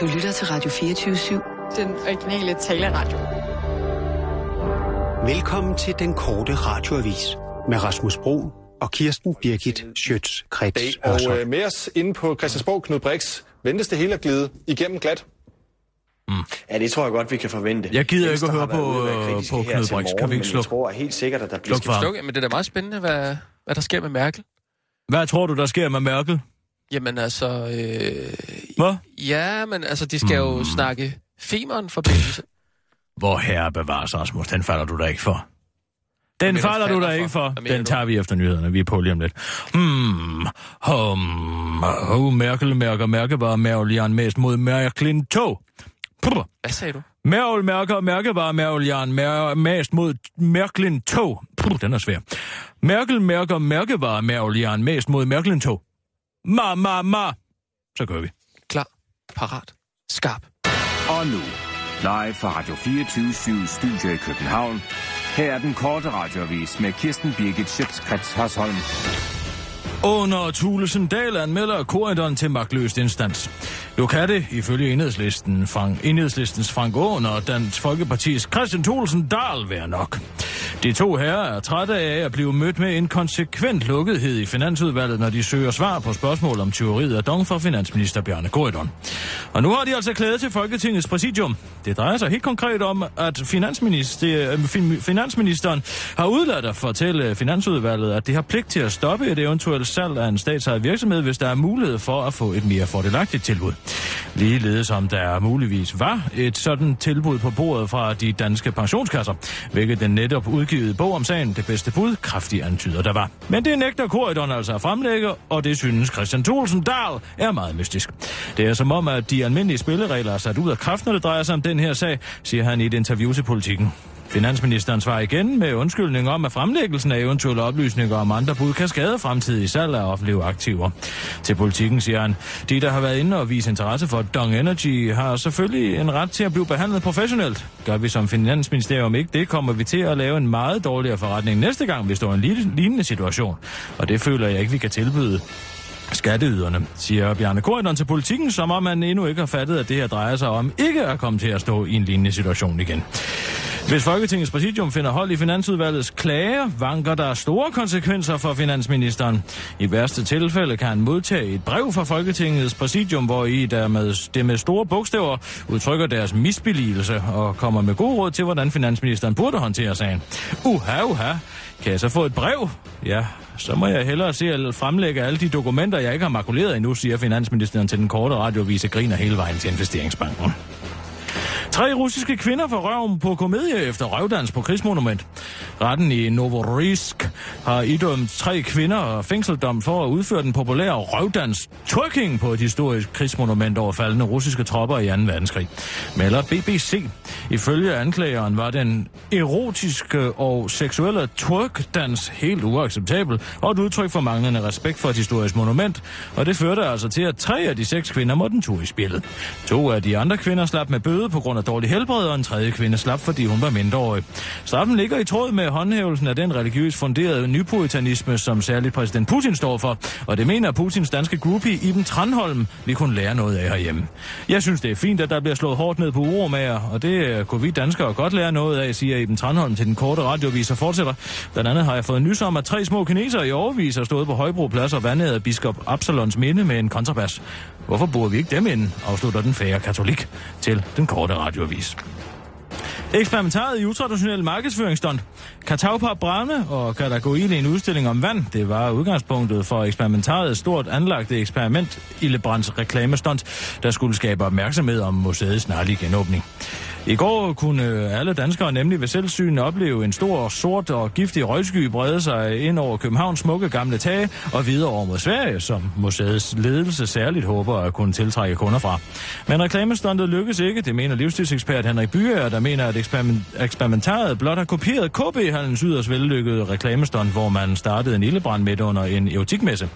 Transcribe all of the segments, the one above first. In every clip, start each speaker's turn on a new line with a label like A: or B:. A: Du lytter til Radio 24-7.
B: Den originale taleradio.
C: Velkommen til den korte radioavis med Rasmus Bro og Kirsten Birgit Schøtz-Krets.
D: Og øh, med os inde på Christiansborg, Knud Brix, ventes det hele at glide igennem glat?
E: Mm. Ja, det tror jeg godt, vi kan forvente.
F: Jeg gider Venstre ikke at høre på, på Knud Brix. Kan vi ikke slukke?
E: Jeg tror helt sikkert, at der bliver...
G: Sluk, sluk. Men det er da meget spændende, hvad, hvad der sker med Merkel.
F: Hvad tror du, der sker med Merkel?
G: Jamen altså... Øh,
F: Hvad?
G: Ja, men altså, de skal mm. jo snakke femeren-forbindelse.
F: Hvor herre bevares, Rasmus, den falder du da ikke for. Den mener, falder du da ikke for. Den tager vi efter nyhederne. Vi er på lige om lidt. Hmm. Hum. Oh, Merkel mærker mærkevarer mærolian mest mod Mærklin tog.
G: Hvad sagde du?
F: Mærkel mærker mærkevarer mærolian mest mod Mærklin tog. Den er svær. Merkel mærker mærkevarer mærolian mest mod Mærklin tog. Ma, ma, ma. Så gør vi.
G: Klar, parat, skarp.
H: Og nu, live fra Radio 24 Studio i København. Her er den korte radiovis med Kirsten Birgit Schøtzgrads Hasholm.
F: Under Thulesen Dahl anmelder korridoren til magtløst instans. Nu kan det, ifølge enhedslisten Frank, enhedslistens Frank Aaen og Dansk Folkepartis Christian Thulesen Dahl være nok. De to herrer er trætte af at blive mødt med en konsekvent lukkethed i Finansudvalget, når de søger svar på spørgsmål om tyveriet af dong fra finansminister Bjarne Korydon. Og nu har de altså klædet til Folketingets præsidium. Det drejer sig helt konkret om, at finansminister, fin, finansministeren har udladt at fortælle Finansudvalget, at det har pligt til at stoppe et eventuelt salg af en statsejet virksomhed, hvis der er mulighed for at få et mere fordelagtigt tilbud. Ligeledes om der muligvis var et sådan tilbud på bordet fra de danske pensionskasser, hvilket den netop udgivet bog om sagen, det bedste bud, kraftigt antyder der var. Men det nægter korridoren altså at fremlægge, og det synes Christian Thulsen Dahl er meget mystisk. Det er som om, at de almindelige spilleregler er sat ud af kraft, når det drejer sig om den her sag, siger han i et interview til politikken. Finansministeren svarer igen med undskyldning om, at fremlæggelsen af eventuelle oplysninger om andre bud kan skade fremtidige salg af offentlige aktiver. Til politikken siger han, de der har været inde og vise interesse for Dong Energy har selvfølgelig en ret til at blive behandlet professionelt. Gør vi som finansministerium ikke det, kommer vi til at lave en meget dårligere forretning næste gang, vi står i en lignende situation. Og det føler jeg ikke, vi kan tilbyde skatteyderne, siger Bjarne Korydon til politikken, som om man endnu ikke har fattet, at det her drejer sig om ikke at komme til at stå i en lignende situation igen. Hvis Folketingets præsidium finder hold i Finansudvalgets klager, vanker der store konsekvenser for finansministeren. I værste tilfælde kan han modtage et brev fra Folketingets præsidium, hvor I dermed det med store bogstaver udtrykker deres misbilligelse og kommer med god råd til, hvordan finansministeren burde håndtere sagen. Uha, uha. Kan jeg så få et brev? Ja, så må jeg hellere se at fremlægge alle de dokumenter, jeg ikke har makuleret endnu, siger finansministeren til den korte radiovis og griner hele vejen til investeringsbanken. Tre russiske kvinder får røven på komedie efter røvdans på krigsmonument. Retten i Novorisk har idømt tre kvinder fængseldom for at udføre den populære røvdans twerking på et historisk krigsmonument over faldende russiske tropper i 2. verdenskrig. Melder BBC. Ifølge anklageren var den erotiske og seksuelle twerkdans helt uacceptabel og et udtryk for manglende respekt for et historisk monument, og det førte altså til, at tre af de seks kvinder måtte en tur i spillet. To af de andre kvinder slap med bøde på grund af dårlig helbred, og en tredje kvinde slap, fordi hun var mindreårig. Straffen ligger i tråd med håndhævelsen af den religiøst funderede nypuritanisme, som særligt præsident Putin står for, og det mener Putins danske groupie Iben Tranholm, vi kunne lære noget af herhjemme. Jeg synes, det er fint, at der bliver slået hårdt ned på uromager, og det øh, kunne vi danskere godt lære noget af, siger Iben Tranholm til den korte radiovis og fortsætter. Blandt andet har jeg fået nys om, at tre små kinesere i overvis har stået på Højbro Plads og vandet biskop Absalons minde med en kontrabas. Hvorfor bor vi ikke dem ind, afslutter den fære katolik til den korte radioavis. Eksperimentariet i utraditionelle markedsføringsstund. Kataupa brænde og Katagoil i en udstilling om vand. Det var udgangspunktet for eksperimentariet stort anlagte eksperiment Illebrands reklamestund, der skulle skabe opmærksomhed om museets snarlige genåbning. I går kunne alle danskere nemlig ved selvsyn opleve en stor, sort og giftig røgsky brede sig ind over Københavns smukke gamle tage og videre over mod Sverige, som museets ledelse særligt håber at kunne tiltrække kunder fra. Men reklamestundet lykkes ikke, det mener livsstilsekspert Henrik Byer, der mener, at eksperiment eksperimentariet blot har kopieret KB-hallens yderst vellykkede reklamestund, hvor man startede en ildebrand midt under en erotikmesse.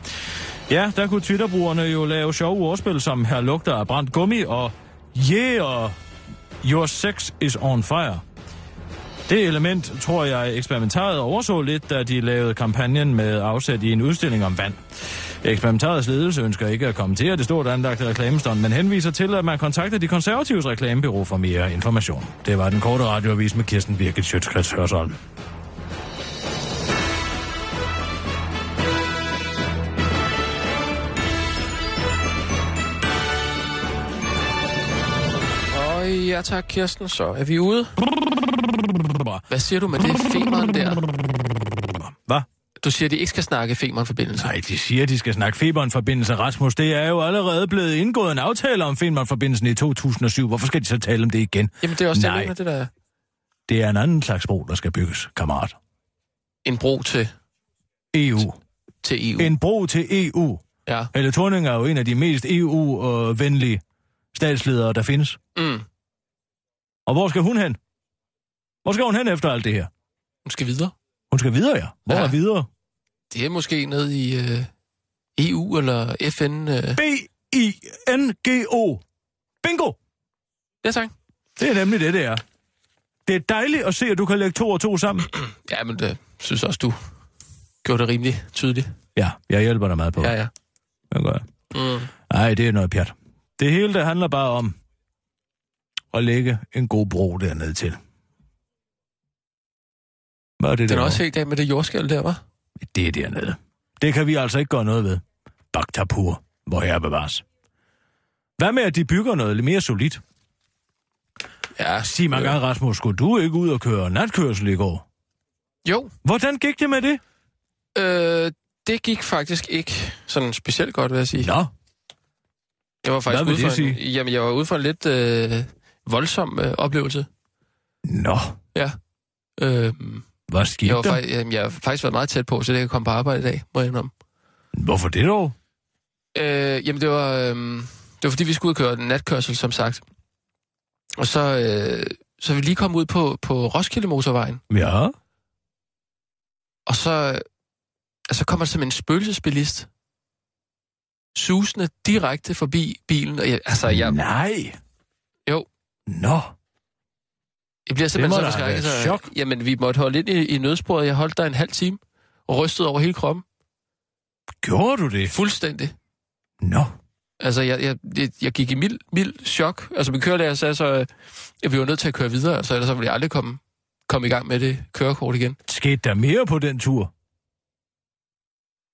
F: Ja, der kunne Twitterbrugerne jo lave sjove ordspil som her lugter af brændt gummi og yeah, Your Sex is on Fire. Det element, tror jeg, eksperimentaret overså lidt, da de lavede kampagnen med afsæt i en udstilling om vand. Eksperimentarets ledelse ønsker ikke at kommentere det stort anlagte reklamestånd, men henviser til, at man kontakter de konservatives reklamebyrå for mere information. Det var den korte radioavis med Kirsten Birgit Sjøtskrets Hørsholm.
G: Og ja tak, Kirsten, så er vi ude. Hvad siger du med det femeren der?
F: Hvad?
G: Du siger, at de ikke skal snakke femeren-forbindelse.
F: Nej, de siger, at de skal snakke Femern-forbindelsen. Rasmus, det er jo allerede blevet indgået en aftale om Femern-forbindelsen i 2007. Hvorfor skal de så tale om det igen?
G: Jamen, det er også det, jeg
F: Nej.
G: mener, det der er
F: Det er en anden slags bro, der skal bygges, kammerat.
G: en bro til,
F: EU.
G: til EU.
F: En bro til E EU.
G: Ja.
F: Helle Thorning er jo en af de mest EU-venlige statsledere, der findes.
G: Mm.
F: Og hvor skal hun hen? Hvor skal hun hen efter alt det her?
G: Hun skal videre.
F: Hun skal videre, ja. Hvor
G: Ja.
F: er videre?
G: Det er måske ned i øh, EU eller FN. Øh.
F: B-I-N-G-O. Bingo!
G: Ja, tak.
F: Det er nemlig det, det er. Det er dejligt at se, at du kan lægge to og to sammen.
G: Ja, men det synes også, du gjorde det rimelig tydeligt.
F: Ja, jeg hjælper dig meget på.
G: Ja, ja.
F: Det gør jeg.
G: Mm.
F: Nej, det er noget pjat. Det hele, det handler bare om at lægge en god bro dernede til. Hvad er det
G: Den er
F: der?
G: også helt af med det jordskæld der, var.
F: Det er dernede. Det kan vi altså ikke gøre noget ved. Bagtapur, hvor herre bevares. Hvad med, at de bygger noget lidt mere solidt?
G: Ja,
F: Sig mig gang, Rasmus, skulle du ikke ud og køre natkørsel i går?
G: Jo,
F: Hvordan gik det med det?
G: øh, det gik faktisk ikke sådan specielt godt, vil jeg sige.
F: Nå,
G: Jeg var faktisk
F: Hvad vil
G: ude
F: det
G: for en, jamen, jeg var ude for en lidt øh, voldsom øh, oplevelse.
F: nå,
G: Ja. Øh,
F: hvad skete
G: jeg, var
F: der?
G: fak- jamen, jeg har faktisk været meget tæt på, så det kan komme på arbejde i dag, må jeg indrømme.
F: Hvorfor det dog?
G: Øh, jamen, det var, øh, det var fordi, vi skulle ud og køre en natkørsel, som sagt. Og så, øh, så er vi lige kom ud på, på Roskilde Motorvejen,
F: Ja,
G: og så, øh, altså, kommer der simpelthen en spøgelsesbilist susende direkte forbi bilen. Og jeg, altså, jeg,
F: nej.
G: Jo.
F: Nå,
G: Jeg bliver simpelthen
F: Det må
G: så
F: da have
G: forskrækket.
F: været
G: Så,
F: chok.
G: jamen, vi måtte holde ind i, i nødsporet. Jeg holdt der en halv time og rystede over hele kroppen.
F: gjorde du det?
G: Fuldstændig.
F: Nå,
G: Altså, jeg, jeg, jeg, jeg gik i mild, mild chok. Altså, min kørelærer sagde så, øh, at vi var nødt til at køre videre, altså, ellers så ville jeg aldrig komme, komme i gang med det kørekort igen.
F: skete der mere på den tur?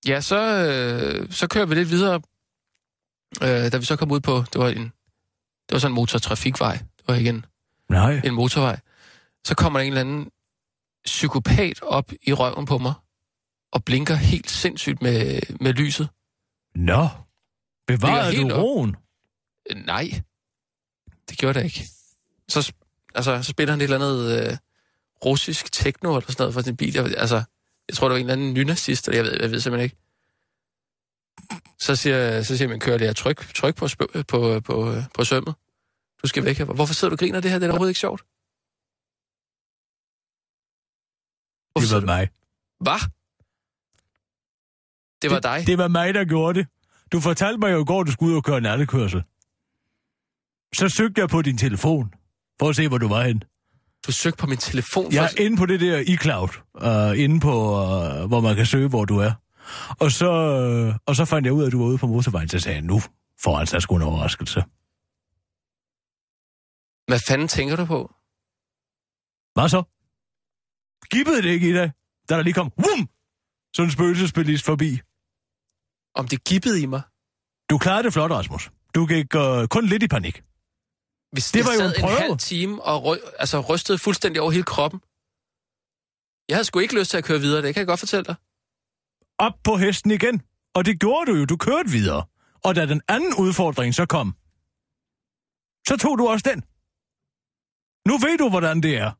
G: Ja, så, øh, så kører vi lidt videre. Øh, da vi så kom ud på, det var en, det var sådan en motortrafikvej. Det var igen
F: Nej.
G: en motorvej, så kommer der en eller anden psykopat op i røven på mig, og blinker helt sindssygt med, med lyset.
F: Nå, bevarede
G: Ligger helt
F: du
G: op.
F: roen?
G: Øh, Nej, det gjorde det ikke. Så, sp- altså, så spiller han et eller andet øh, russisk techno eller sådan noget for sin bil. Jeg, altså, jeg tror, det var en eller anden nynazist, eller jeg ved, jeg ved simpelthen ikke. Så siger, så siger man, kører det her tryk, tryk på, spø- på, på, øh, på sømmet. Du skal væk her. Hvorfor sidder du og griner af det her? Det er da overhovedet ikke sjovt. Hvorfor
F: Det
G: sidder
F: var
G: du-
F: mig.
G: Hvad? Det var dig?
F: Det var mig, der gjorde det. Du fortalte mig jo i går, du skulle ud og køre nattekørsel. Så søgte jeg på din telefon, for at se, hvor du var hen.
G: Du søgte på min telefon
F: Jeg
G: først.
F: er inde på det der iCloud, øh, inde på, øh, hvor man kan søge, hvor du er. Og så, øh, og så fandt jeg ud af, at du var ude på motorvejen, så sagde jeg, nu får han sig sgu en overraskelse.
G: Hvad fanden tænker du på?
F: Hvad så? Gibbede det ikke i dag, da der lige kom, vum, sådan en spøgelsesbilist forbi.
G: Om det gibbede i mig?
F: Du klarede det flot, Rasmus. Du gik øh, kun lidt i panik.
G: Hvis
F: Det
G: jeg
F: var jo
G: sad
F: en prøve.
G: halv time og ry- altså, rystede fuldstændig over hele kroppen. Jeg havde sgu ikke lyst til at køre videre, det kan jeg godt fortælle dig.
F: op på hesten igen. Og det gjorde du jo, du kørte videre. Og da den anden udfordring så kom, så tog du også den. Nu ved du, hvordan det er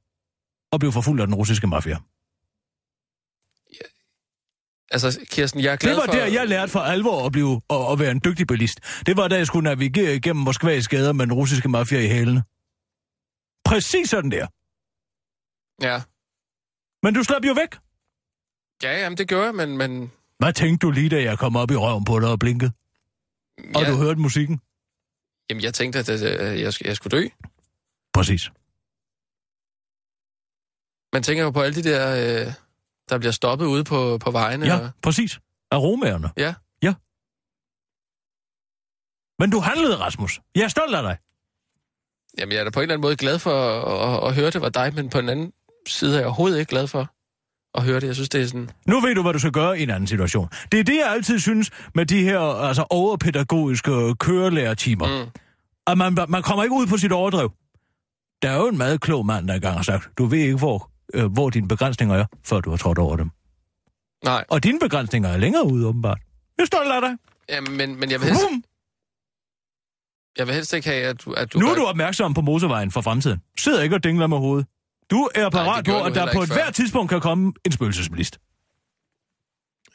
F: og blev forfulgt af den russiske mafia.
G: Altså, Kirsten, jeg er glad
F: Det var
G: for...
F: der, jeg lærte for alvor at, blive, at, at være en dygtig bilist. Det var da, jeg skulle navigere igennem Moskvas gader med den russiske mafia i hælene. Præcis sådan der.
G: Ja,
F: Men du slap jo væk.
G: ja jamen, det gjorde jeg, men... men
F: Hvad tænkte du lige, da jeg kom op i røven på dig og blinkede? Og
G: jeg,
F: du hørte musikken?
G: Jamen, jeg tænkte, at øh, jeg, sk- jeg skulle dø.
F: Præcis.
G: Man tænker jo på alle de der, øh, der bliver stoppet ude på, på vejene.
F: Ja,
G: Og,
F: præcis. Aromaerne.
G: Ja.
F: Ja, Men du handlede, Rasmus. Jeg er stolt af dig.
G: Jamen, jeg er da på en eller anden måde glad for at, at, at høre, det var dig, men på en anden side er jeg overhovedet ikke glad for at høre det. Jeg synes, det er sådan...
F: Nu ved du, hvad du skal gøre i en anden situation. Det er det, jeg altid synes med de her altså, overpædagogiske kørelærertimer. Mm. At man, man kommer ikke ud på sit overdrev. Der er jo en meget klog mand, der engang har sagt, du ved ikke, hvor, øh, hvor dine begrænsninger er, før du har trådt over dem.
G: Nej,
F: Og dine begrænsninger er længere ude, åbenbart. Jeg er stolt af dig.
G: jamen, men, men jeg, vil helst,
F: Vroom.
G: jeg vil helst ikke have, at du... At du
F: Nu er
G: gør-
F: du opmærksom på motorvejen for fremtiden. Sid ikke og dingler med hovedet. Du er parat
G: gjorde
F: på,
G: jeg nu
F: at der
G: heller
F: på et
G: ikke før.
F: hvert tidspunkt kan komme en spøgelsesbilist.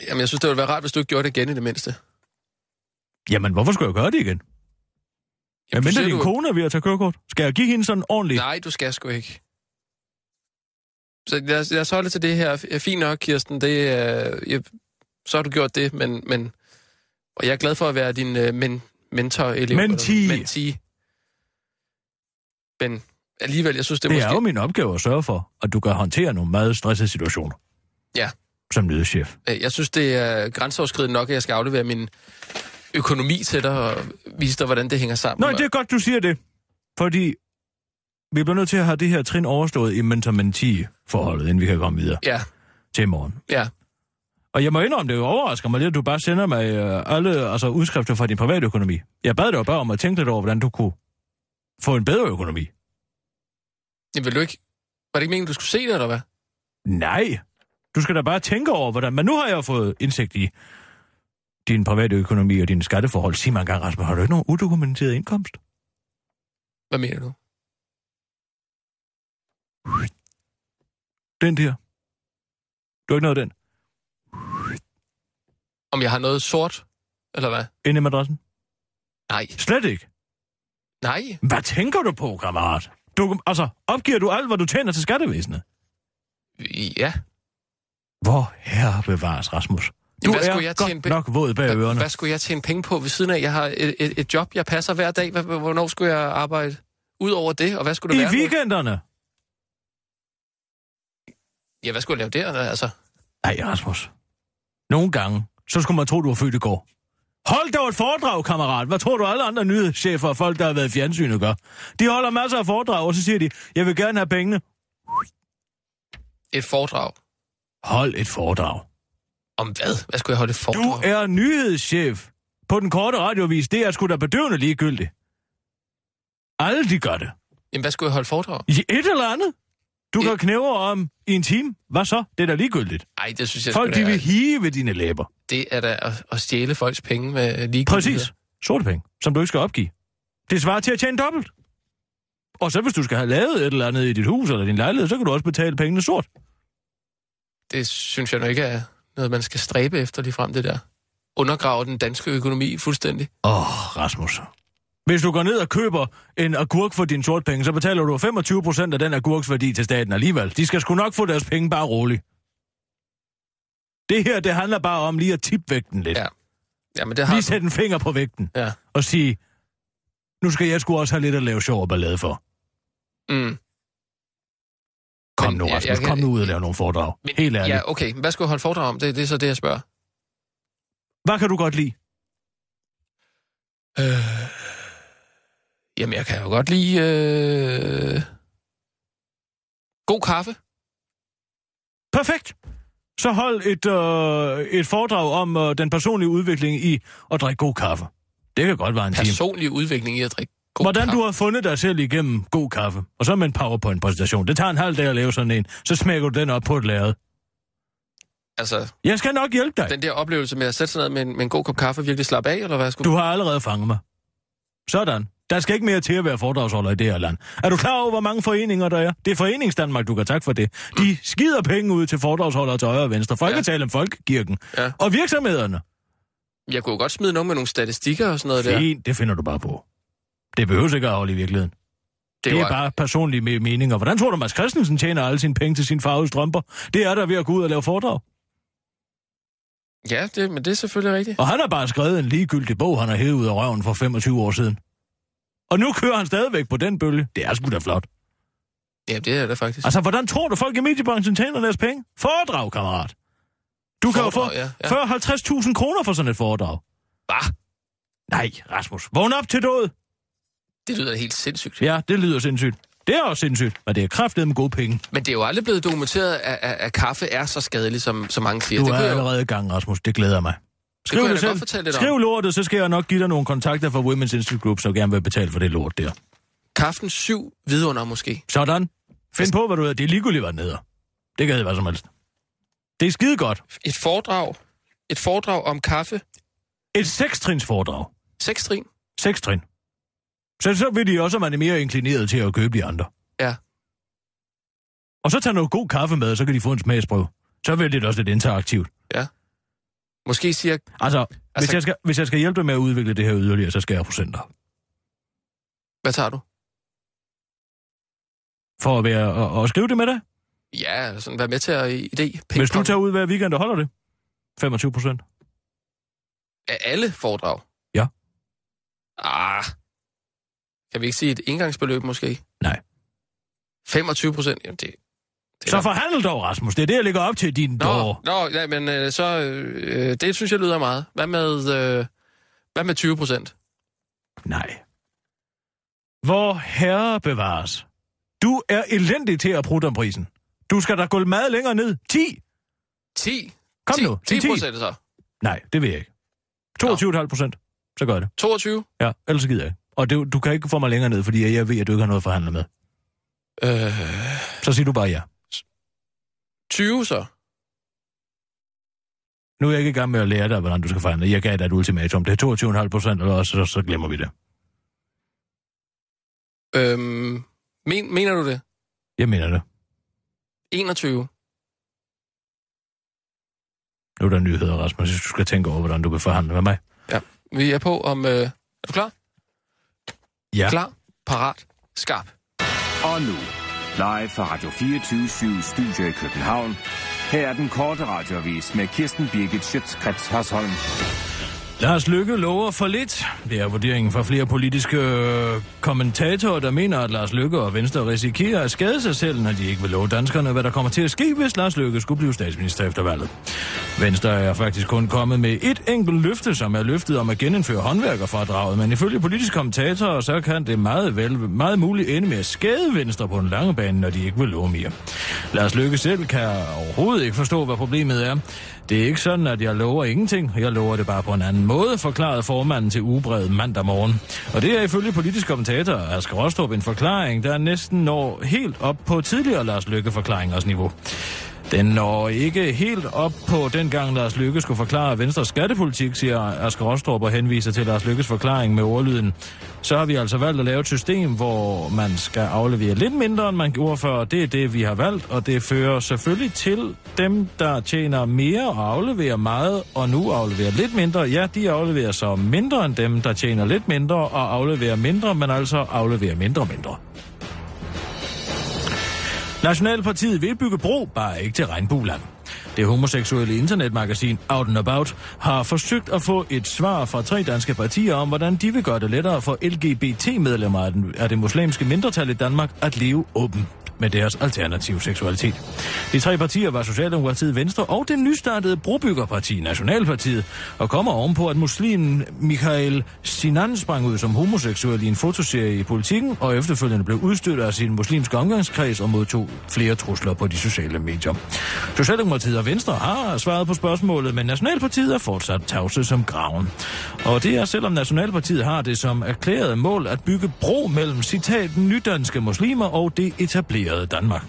G: Jamen, jeg synes, det ville være rart, hvis du ikke gjorde det igen i det mindste.
F: Jamen, hvorfor skulle jeg gøre det igen? Jamen,
G: Jamen, du
F: mindre
G: siger,
F: din
G: du-
F: kone er ved at tage kørekort. Skal jeg give hende sådan ordentligt?
G: Nej, du skal sgu ikke. Så lad os, lad os holde til det her. F- Fint nok, Kirsten. Det, øh, jeg, så har du gjort det, men, men... Og jeg er glad for at være din øh, men, mentor-elev.
F: Mentee.
G: eller- Mentee. Men alligevel, jeg synes, det er
F: Det, det
G: måske...
F: er jo min opgave at sørge for, at du kan håndtere nogle meget stressede situationer.
G: Ja.
F: Som ledechef.
G: Øh, Jeg synes, det er grænseoverskridende nok, at jeg skal aflevere min økonomi til dig og vise dig, hvordan det hænger sammen.
F: Nej, det er godt, du siger det. Fordi vi bliver nødt til at have det her trin overstået i mentor-mentee-forholdet, inden vi kan komme videre
G: Ja,
F: til i morgen.
G: ja.
F: Og jeg må indrømme, det overrasker mig lidt, at du bare sender mig øh, alle altså, udskrifter fra din privatøkonomi. Jeg bad dig jo bare om at tænke lidt over, hvordan du kunne få en bedre økonomi.
G: Jamen, vil du ikke... Var det ikke meningen, du skulle se det, eller hvad?
F: Nej, du skal da bare tænke over, hvordan... Men nu har jeg fået indsigt i din private økonomi og dine skatteforhold. Sig mig engang, Rasmus, har du ikke nogen udokumenteret indkomst?
G: Hvad mener du?
F: Den der. Du har ikke noget af den?
G: Om jeg har noget sort, eller hvad?
F: Inde i madrassen?
G: Nej.
F: Slet ikke.
G: Nej.
F: Hvad tænker du på, kammerat? Du, altså, opgiver du alt, hvad du tjener til skattevæsenet?
G: Ja.
F: Hvor herre bevares, Rasmus. Du
G: hvad
F: er
G: skulle jeg tjene
F: godt
G: be-
F: nok våd bag
G: Hvad,
F: ørerne.
G: hvad skulle jeg tjene penge på ved siden af? Jeg har et, et, et job, jeg passer hver dag. Hvad, hvornår skulle jeg arbejde ud over det, og hvad skulle det være?
F: I weekenderne?
G: Ja, hvad skulle jeg lave der, altså?
F: Nej, Rasmus. Nogle gange, så skulle man tro, du var født i går. Hold dog et foredrag, kammerat. Hvad tror du, alle andre nyhedschefer og folk, der har været i fjernsynet, gør? De holder masser af foredrag, og så siger de, jeg vil gerne have pengene.
G: Et foredrag.
F: Hold et foredrag.
G: Om hvad? Hvad skulle jeg holde et
F: Du
G: foredrag?
F: er nyhedschef på den korte radiovis. Det er sgu da bedøvende ligegyldigt. Alle de gør det.
G: Jamen, hvad skulle jeg holde foredrag?
F: I et eller andet. Du
G: Ja.
F: kan knæve om i en time. Hvad så? Det er da ligegyldigt.
G: Nej, det synes jeg
F: Folk, de
G: sgu, det,
F: vil
G: er,
F: hive ved dine læber.
G: det er da at, at stjæle folks penge med lige
F: Præcis. Sorte penge, som du ikke skal opgive. Det svarer til at tjene dobbelt. Og så hvis du skal have lavet et eller andet i dit hus eller din lejlighed, så kan du også betale pengene sort.
G: Det synes jeg nu ikke er noget, man skal stræbe efter lige frem det der. Undergrave den danske økonomi fuldstændig.
F: Åh, oh, Rasmus. Hvis du går ned og køber en agurk for dine sortpenge, så betaler du 25 procent af den agurks værdi til staten alligevel. De skal sgu nok få deres penge bare roligt. Det her, det handler bare om lige at tippe vægten lidt.
G: Ja,
F: Ja,
G: Jamen, det har
F: lige
G: du.
F: sætte en finger på vægten
G: Ja.
F: og sige, nu skal jeg sgu også have lidt at lave sjov og ballade for.
G: Mm.
F: Kom
G: Men
F: nu,
G: jeg-
F: Rasmus,
G: jeg kan-
F: kom nu ud og lav nogle foredrag.
G: Men-
F: Helt ærligt.
G: Ja, okay. Hvad skulle jeg holde foredrag om? Det, det er så det, jeg spørger.
F: Hvad kan du godt lide? Øh.
G: Jamen, jeg kan jo godt lide... Øh... God kaffe.
F: Perfekt. Så hold et, øh, et foredrag om øh, den personlige udvikling i at drikke god kaffe. Det kan godt være en time.
G: Personlig udvikling i at drikke god
F: Hvordan
G: kaffe.
F: du har fundet dig selv igennem god kaffe, og så med en PowerPoint-præsentation. Det tager en halv dag at lave sådan en. Så smækker du den op på et lærred.
G: Altså,
F: Jeg skal nok hjælpe dig.
G: den der oplevelse med at sætte sig ned med en, med en god kop kaffe og virkelig slappe af, eller hvad? Skulle...
F: Du har allerede fanget mig. Sådan. Der skal ikke mere til at være foredragsholder i det her land. Er du klar over, hvor mange foreninger der er? Det er Forenings Danmark, du kan takke for det. De skider penge ud til foredragsholdere til højre og venstre. Folk
G: Mm. Ja.
F: kan tale om folkekirken.
G: Ja.
F: Og virksomhederne.
G: Jeg kunne jo godt smide nogen med nogle statistikker og sådan noget der.
F: Fint, det finder du bare på. Det behøver ikke at holde i virkeligheden. Det, det
G: jo-
F: er bare personlige me- meninger. Hvordan tror du, Mads Christensen tjener alle sine penge til sine farvede strømper? Det er der ved at gå ud og lave foredrag.
G: Ja, det, men det er selvfølgelig rigtigt.
F: Og han har bare skrevet en ligegyldig bog, han har hævet ud af røven for 25 år siden. Og nu kører han stadigvæk på den bølge. Det er sgu da flot.
G: Ja, det er det faktisk.
F: Altså, hvordan tror du, folk i mediebranchen tjener deres penge? Foredrag, kammerat. Du kan jo få
G: Foredrag, ja, ja.
F: 40-50.000 kroner for sådan et foredrag.
G: Bah.
F: Nej, Rasmus, vågn op til død.
G: Det lyder da helt sindssygt.
F: Ja, det lyder sindssygt. Det er også sindssygt, men det er kraftet med gode penge.
G: Men det er jo aldrig blevet dokumenteret, at, at, at kaffe er så skadelig, som, som mange siger.
F: Du
G: det
F: er
G: kunne jeg jo-
F: allerede i gang, Rasmus. Det glæder mig. Skriv
G: kunne
F: det,
G: jeg da
F: selv.
G: godt fortælle lidt om.
F: Skriv lortet, så skal jeg nok give dig nogle kontakter fra Women's Institute Group, som gerne vil betale for det lort der.
G: Kaffen syv vidunder måske.
F: Sådan.
G: Altså-
F: Find på, hvad du hedder. Det er ligegyldigt, hvad den hedder. Det kan hedde hvad som helst. Det er skide godt.
G: Et foredrag. Et foredrag om kaffe.
F: Et sekstrins foredrag.
G: Seks trin.
F: Sekstrin. Så, så vil de også, at man er mere inklineret til at købe de andre.
G: Ja.
F: Og så tag noget god kaffe med, og så kan de få en smagsprøve. Så vil det også lidt interaktivt.
G: Måske siger...
F: Altså, altså hvis,
G: Altså-
F: jeg skal, hvis jeg skal hjælpe dig med at udvikle det her yderligere, så skal jeg have procenter.
G: Hvad tager du?
F: For at, være, og, og skrive det med dig.
G: Ja, sådan, vær med til at idé. Ping
F: Hvis du
G: pong.
F: tager ud hver weekend og holder det. 25 procent.
G: Af alle foredrag?
F: Ja.
G: Ah. Kan vi ikke sige et engangsbeløb måske?
F: Nej.
G: 25 procent? Jamen det... det
F: Så forhandl dog, Rasmus. Det er det, jeg lægger op til, din
G: Nå,
F: dår.
G: nå ja, men øh, så... Øh, det synes jeg lyder meget. Hvad med, øh, hvad med 20 procent?
F: Nej. Hvor herre bevares. Du er elendig til at prutte om prisen. Du skal da gå meget længere ned. 10?
G: 10?
F: Kom
G: 10,
F: nu, sig
G: 10
F: 10.
G: procent så.
F: Nej, det vil jeg ikke. 22,5 procent. Så gør det.
G: 22?
F: Ja, ellers så gider jeg ikke. Og det, du kan ikke få mig længere ned, fordi jeg ved, at du ikke har noget at forhandle med.
G: Øh,
F: Så siger du bare ja.
G: 20 så?
F: Nu er jeg ikke i gang med at lære dig, hvordan du skal forhandle. Jeg gav dig et ultimatum. Det er 22,5 procent, eller også, så, så glemmer vi det.
G: Øhm, men, mener du det?
F: Jeg mener det.
G: 21?
F: Nu er der nyheder, Rasmus. Du skal tænke over, hvordan du vil forhandle med mig.
G: Vi er på om... Øh, er du klar?
F: Ja.
G: Klar, parat, skarp.
H: Og nu, live fra Radio 24 Studio i København. Her er den korte radiovis med Kirsten Birgit Schøtzgrads Hasholm.
F: Lars Lykke lover for lidt. Det er vurderingen fra flere politiske øh, kommentatorer, der mener, at Lars Lykke og Venstre risikerer at skade sig selv, når de ikke vil love danskerne, hvad der kommer til at ske, hvis Lars Lykke skulle blive statsminister efter valget. Venstre er faktisk kun kommet med et enkelt løfte, som er løftet om at genindføre håndværkerfradraget, men ifølge politiske kommentatorer, så kan det meget, vel, meget muligt ende med at skade Venstre på en lange bane, når de ikke vil love mere. Lars Lykke selv kan overhovedet ikke forstå, hvad problemet er. Det er ikke sådan, at jeg lover ingenting. Jeg lover det bare på en anden måde, forklarede formanden til ugebrevet mandag morgen. Og det er ifølge politisk kommentator Asger Rostrup en forklaring, der næsten når helt op på tidligere Lars Lykke-forklaringers niveau. Den når ikke helt op på dengang Lars Lykke skulle forklare Venstres skattepolitik, siger Asger Rostrup og henviser til Lars Lykkes forklaring med ordlyden. Så har vi altså valgt at lave et system, hvor man skal aflevere lidt mindre, end man gjorde før. Det er det, vi har valgt, og det fører selvfølgelig til dem, der tjener mere og afleverer meget, og nu afleverer lidt mindre. Ja, de afleverer så mindre end dem, der tjener lidt mindre og afleverer mindre, men altså afleverer mindre og mindre. Nationalpartiet vil bygge bro, bare ikke til regnbueland. Det homoseksuelle internetmagasin Out and About har forsøgt at få et svar fra tre danske partier om, hvordan de vil gøre det lettere for LGBT-medlemmer af den- af det muslimske mindretal i Danmark at leve åbent med deres alternative seksualitet. De tre partier var Socialdemokratiet, Venstre og det nystartede brobyggerparti Nationalpartiet, og kommer ovenpå, at muslimen Michael Sinan sprang ud som homoseksuel i en fotoserie i politikken, og efterfølgende blev udstødt af sin muslimske omgangskreds og modtog flere trusler på de sociale medier. Socialdemokratiet og Venstre har svaret på spørgsmålet, men Nationalpartiet er fortsat tavse som graven. Og det er selvom Nationalpartiet har det som erklæret mål at bygge bro mellem citat nydanske muslimer og det etablerede Danmark.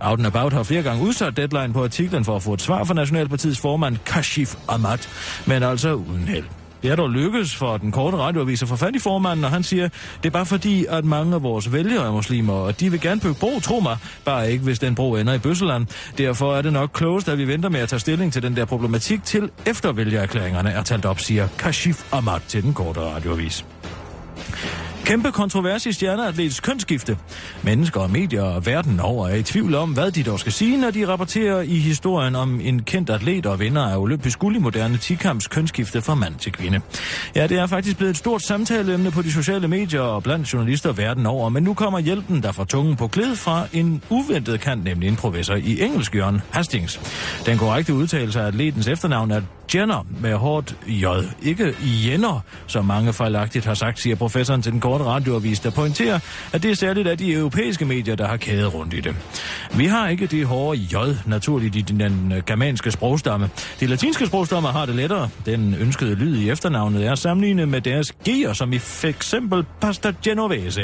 F: Out and About har flere gange udsat deadline på artiklen for at få et svar fra Nationalpartiets formand Kashif Ahmad, men altså uden held. Det er dog lykkedes for den korte radioavis at få fat i formanden, og han siger, det er bare fordi, at mange af vores vælgere er muslimer, og de vil gerne bygge bro, tro mig, bare ikke hvis den bro ender i Bøsseland. Derfor er det nok klogest, at vi venter med at tage stilling til den der problematik til efter vælgererklæringerne er talt op, siger Kashif Ahmad til den korte radioavis. Kæmpe kontrovers i stjerneatlets kønsskifte. Mennesker og medier verden over er i tvivl om, hvad de dog skal sige, når de rapporterer i historien om en kendt atlet og vinder af olympisk guld i moderne tikamps kønsskifte fra mand til kvinde. Ja, det er faktisk blevet et stort samtaleemne på de sociale medier og blandt journalister verden over, men nu kommer hjælpen, der får tungen på glæde fra en uventet kant, nemlig en professor i engelsk, Jørgen Hastings. Den korrekte udtalelse af atletens efternavn er Jenner med hårdt J, ikke Jenner, som mange fejlagtigt har sagt, siger professoren til den korte radioavis, der pointerer, at det er særligt af de europæiske medier, der har kædet rundt i det. Vi har ikke det hårde J, naturligt i den, den øh, germanske sprogstamme. De latinske sprogstammer har det lettere. Den ønskede lyd i efternavnet er sammenlignet med deres G'er, som i for eksempel pasta genovese.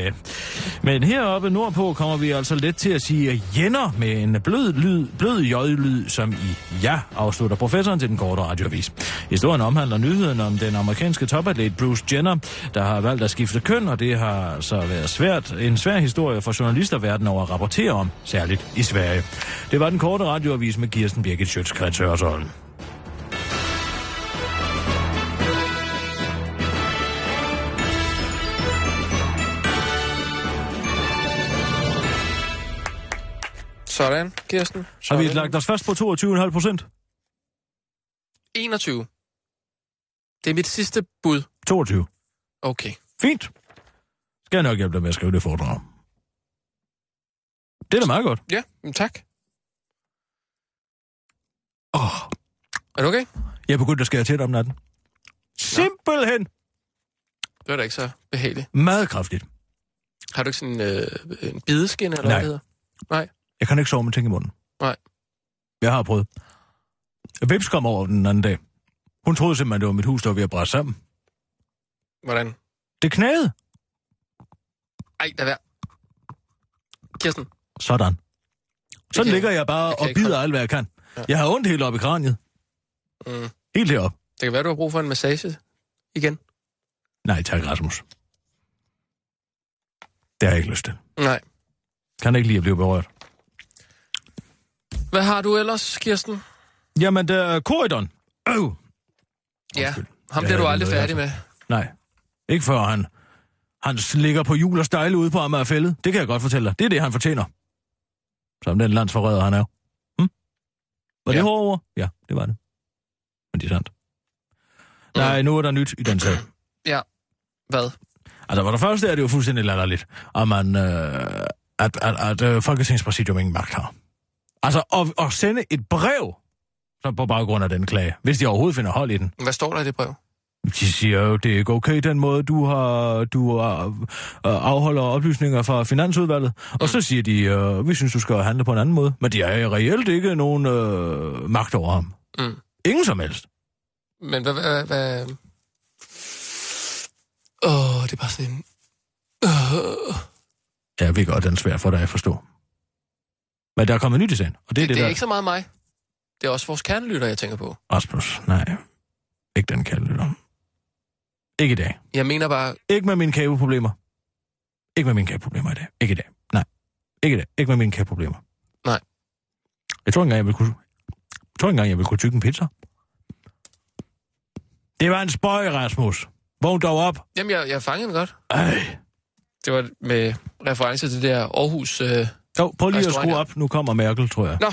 F: Men heroppe nordpå kommer vi altså let til at sige Jenner med en blød, lyd, blød J-lyd, som i ja, afslutter professoren til den korte radioavis. Historien omhandler nyheden om den amerikanske topatlet Bruce Jenner, der har valgt at skifte køn, og det har så været svært, en svær historie for journalister verden over at rapportere om, særligt i Sverige. Det var den korte radioavis med Kirsten Birgit Schøtzgrads Hørsholm.
G: Sådan, Kirsten.
F: Har
G: Sådan.
F: vi lagt os fast på 22,5 procent?
G: 21. Det er mit sidste bud.
F: 22.
G: Okay.
F: Fint. Skal jeg nok hjælpe dig med at skrive det foredrag. Det er da meget godt.
G: Ja, men tak.
F: Oh.
G: Er du okay?
F: Jeg begyndte at skære tæt om natten. Simpelthen
G: Det var da ikke så behageligt.
F: meget kraftigt.
G: Har du ikke sådan øh, en bideskin eller
F: Nej.
G: hvad det hedder? Nej.
F: Jeg kan ikke sove med ting i munden.
G: Nej.
F: Jeg har prøvet. Vips kom over den anden dag. Hun troede simpelthen, det var mit hus, der var ved at brænde sammen.
G: Hvordan?
F: Det knagede.
G: Ej, lad være. Kirsten,
F: Sådan. Sådan
G: kan-
F: ligger jeg bare
G: jeg kan
F: og
G: ikke
F: bider
G: holde-
F: alt, hvad jeg kan.
G: Ja.
F: Jeg har ondt helt op i kraniet.
G: Mm.
F: Helt herop.
G: det kan være, du har brug for en massage igen.
F: Nej, tak, Rasmus. Det har jeg ikke lyst til.
G: Nej.
F: Kan ikke lide at blive berørt.
G: Hvad har du ellers, Kirsten?
F: Jamen, der er korridoren. Øv!
G: Ja,
F: Undskyld.
G: ham
F: Jeg
G: bliver du
F: havde
G: aldrig
F: noget,
G: færdig med.
F: Nej. Ikke før han... Han ligger på jul og stejle ude på Amagerfællet. Det kan jeg godt fortælle dig. Det er det, han fortjener. Som den landsforræder, han er. Hm? Var det
G: Ja.
F: ja. hårde ord? Ja, det var det. Men det er sandt. Nej, nu er der nyt i den sag.
G: Hvad?
F: Altså, for det første er det jo fuldstændig latterligt, at man... Øh, at, at, at øh, Folketingspræsidium ingen magt har. Altså, at, at sende et brev, som på baggrund af den klage, hvis de overhovedet finder hold i den,
G: Hvad står der i det brev?
F: De siger jo, det er ikke okay, den måde, du har du har, øh, afholder oplysninger fra Finansudvalget. Og så siger de, øh, vi synes, du skal handle på en anden måde. Men de har jo reelt ikke nogen øh, magt over ham.
G: Mm.
F: Ingen som helst.
G: Men hvad... hvad, hvad... Åh, det er bare sådan en... Øh,
F: Ja, vi godt, den er svær for dig at forstå. Men der er kommet nyt i sagen, og det er det,
G: det,
F: det
G: er
F: der...
G: ikke så meget mig. Det er også vores kernelytter, jeg tænker på.
F: Rasmus, nej. Ikke den kaldelytter. Ikke i dag.
G: Jeg mener bare...
F: Ikke med mine kæbeproblemer. Ikke med mine kæbeproblemer i dag. Ikke i dag. Nej. Ikke i dag. Ikke med mine kæbeproblemer.
G: Nej.
F: Jeg tror ikke engang, jeg ville kunne... Jeg tror ikke engang, jeg ville kunne tykke en pizza. Det var en spøj, Rasmus. Vågn dog op.
G: Jamen, jeg, jeg fangede den godt.
F: Ej.
G: Det var med reference til det der Aarhus... Øh...
F: Jo, prøv lige at
G: Restaurant,
F: skrue
G: ja.
F: op. Nu kommer Merkel, tror jeg.
G: Nå,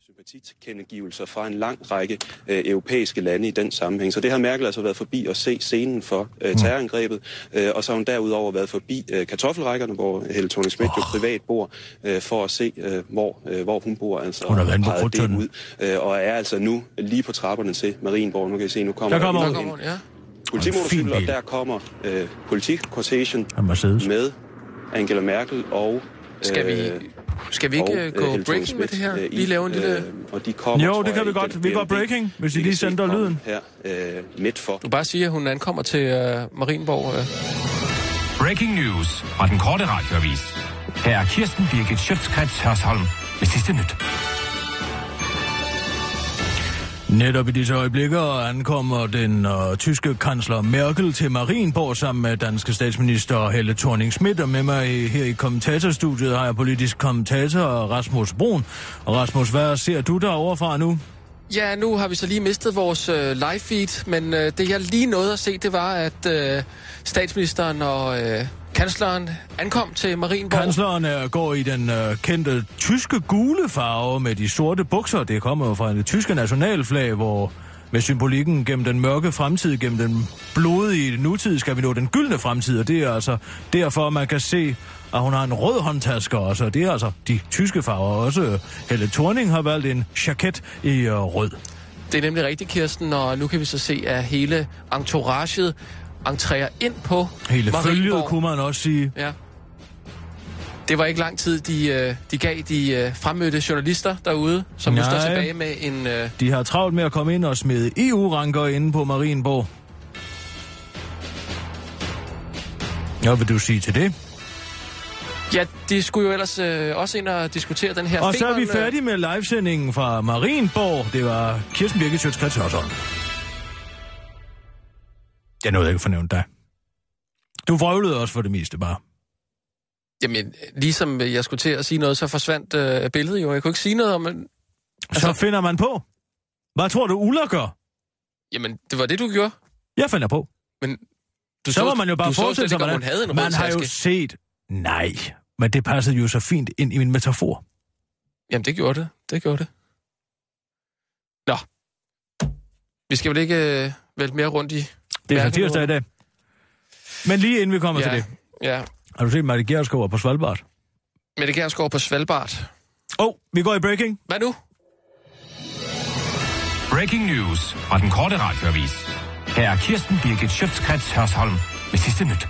B: sympatitilkendegivelser fra en lang række øh, europæiske lande i den sammenhæng. Så det har Merkel altså været forbi at se scenen for
F: Mm.
B: øh, terrorangrebet, øh, og så har hun derudover været forbi øh, kartoffelrækkerne, hvor Helle thorning Schmidt jo privat bor, øh, for at se, øh, hvor, øh, hvor hun bor. Altså,
F: Hun har været inde på
B: og peget det
F: Krudttønden.
B: ud, øh, og er altså nu lige på trapperne til Marienborg. Nu kan I se, nu kommer
F: Der kommer
B: endnu
G: der
F: hun.
G: kommer hun, ja.
B: en politimotorcykel,
F: Fin
B: og
F: bil.
B: der kommer øh, politikortegen
F: Han må sidde.
B: med Angela Merkel og...
G: Skal vi,
B: øh,
G: skal vi ikke øh,
B: øh,
G: gå
B: Helle
G: breaking med det her?
B: Thorning-Schmidt, øh,
G: Lige
B: i,
G: lave en lille...
B: øh, og de kommer,
F: Jo,
B: tror
F: det kan
B: jeg,
F: vi
B: i
F: godt.
B: den
F: Vi går
B: BMD,
F: breaking, hvis I
B: vi
F: lige
B: kan se
F: sender
B: komme
F: lyden.
B: Her øh, midt for.
G: Du bare siger, at hun ankommer til øh, Marienborg. Øh.
H: Breaking news fra den korte radioavis. Her er Kirsten Birgit Schøtzgrads Hørsholm med sidste nyt.
F: Netop i disse øjeblikker ankommer den øh, tyske kansler Merkel til Marienborg sammen med danske statsminister Helle thorning Schmidt og med mig i- her i kommentatorstudiet har jeg politisk kommentator Rasmus Brun. Og Rasmus, hvad ser du derovre fra nu?
G: Ja, nu har vi så lige mistet vores øh, live feed, men øh, det jeg lige nåede at se, det var, at øh, statsministeren og øh, kansleren ankom til Marienborg.
F: Kansleren er, går i den øh, kendte tyske gule farve med de sorte bukser. Det kommer jo fra det tyske nationalflag, hvor med symbolikken gennem den mørke fremtid, gennem den blodige nutid, skal vi nå den gyldne fremtid. Og det er altså derfor, man kan se, at hun har en rød håndtaske også. Og det er altså de tyske farver også. øh, Helle Thorning har valgt en jaket i øh, rød.
G: Det er nemlig rigtigt, Kirsten, og nu kan vi så se, at hele entouraget entrerer ind på
F: Hele følget,
G: Marienborg.
F: kunne man også sige.
G: Ja. Det var ikke lang tid, de, øh, de gav de øh, fremmødte journalister derude, som nu står
F: Nej.
G: tilbage med en... øh,
F: De har travlt med at komme ind og smide EU-ranker inde på Marienborg. Hvad vil du sige til det?
G: Ja, de skulle jo ellers øh, også ind og diskutere den her
F: Og så er vi
G: fingeren, øh,
F: færdige med livesendingen fra Marienborg. Det var Kirsten Birke Sjøtskrets Hørsholm. Jeg nåede ikke at fornævne dig. Du vrøvlede også for det meste bare.
G: Jamen, ligesom jeg skulle til at sige noget, så forsvandt øh, billedet jo. Jeg kunne ikke sige noget om... men-
F: Så
G: Altså-
F: finder man på. Hvad tror du, Ulla gør?
G: Jamen, det var det, du gjorde.
F: Jeg finder på.
G: Du
F: så må man jo bare
G: du så slet
F: forestille sig,
G: ikke, om hun
F: hvordan...
G: havde en rød
F: Man har jo
G: taske.
F: set... Nej, men det passede jo så fint ind i min metafor.
G: Jamen, det gjorde det. Det gjorde det. Nå. Vi skal vel ikke øh, vælte mere rundt i...
F: Det er så
G: Hverken
F: tirsdag i dag. Men lige inden vi kommer ja. til
G: ja,
F: det,
G: ja.
F: har du set Mette Gjerskov er på Svalbard?
G: Mette Gerskov på Svalbard.
F: Åh, oh, vi går i breaking.
G: Hvad nu?
H: Breaking news fra den korte radioavis. Her er Kirsten Birgit Schøtzgrads Hørsholm med sidste nyt.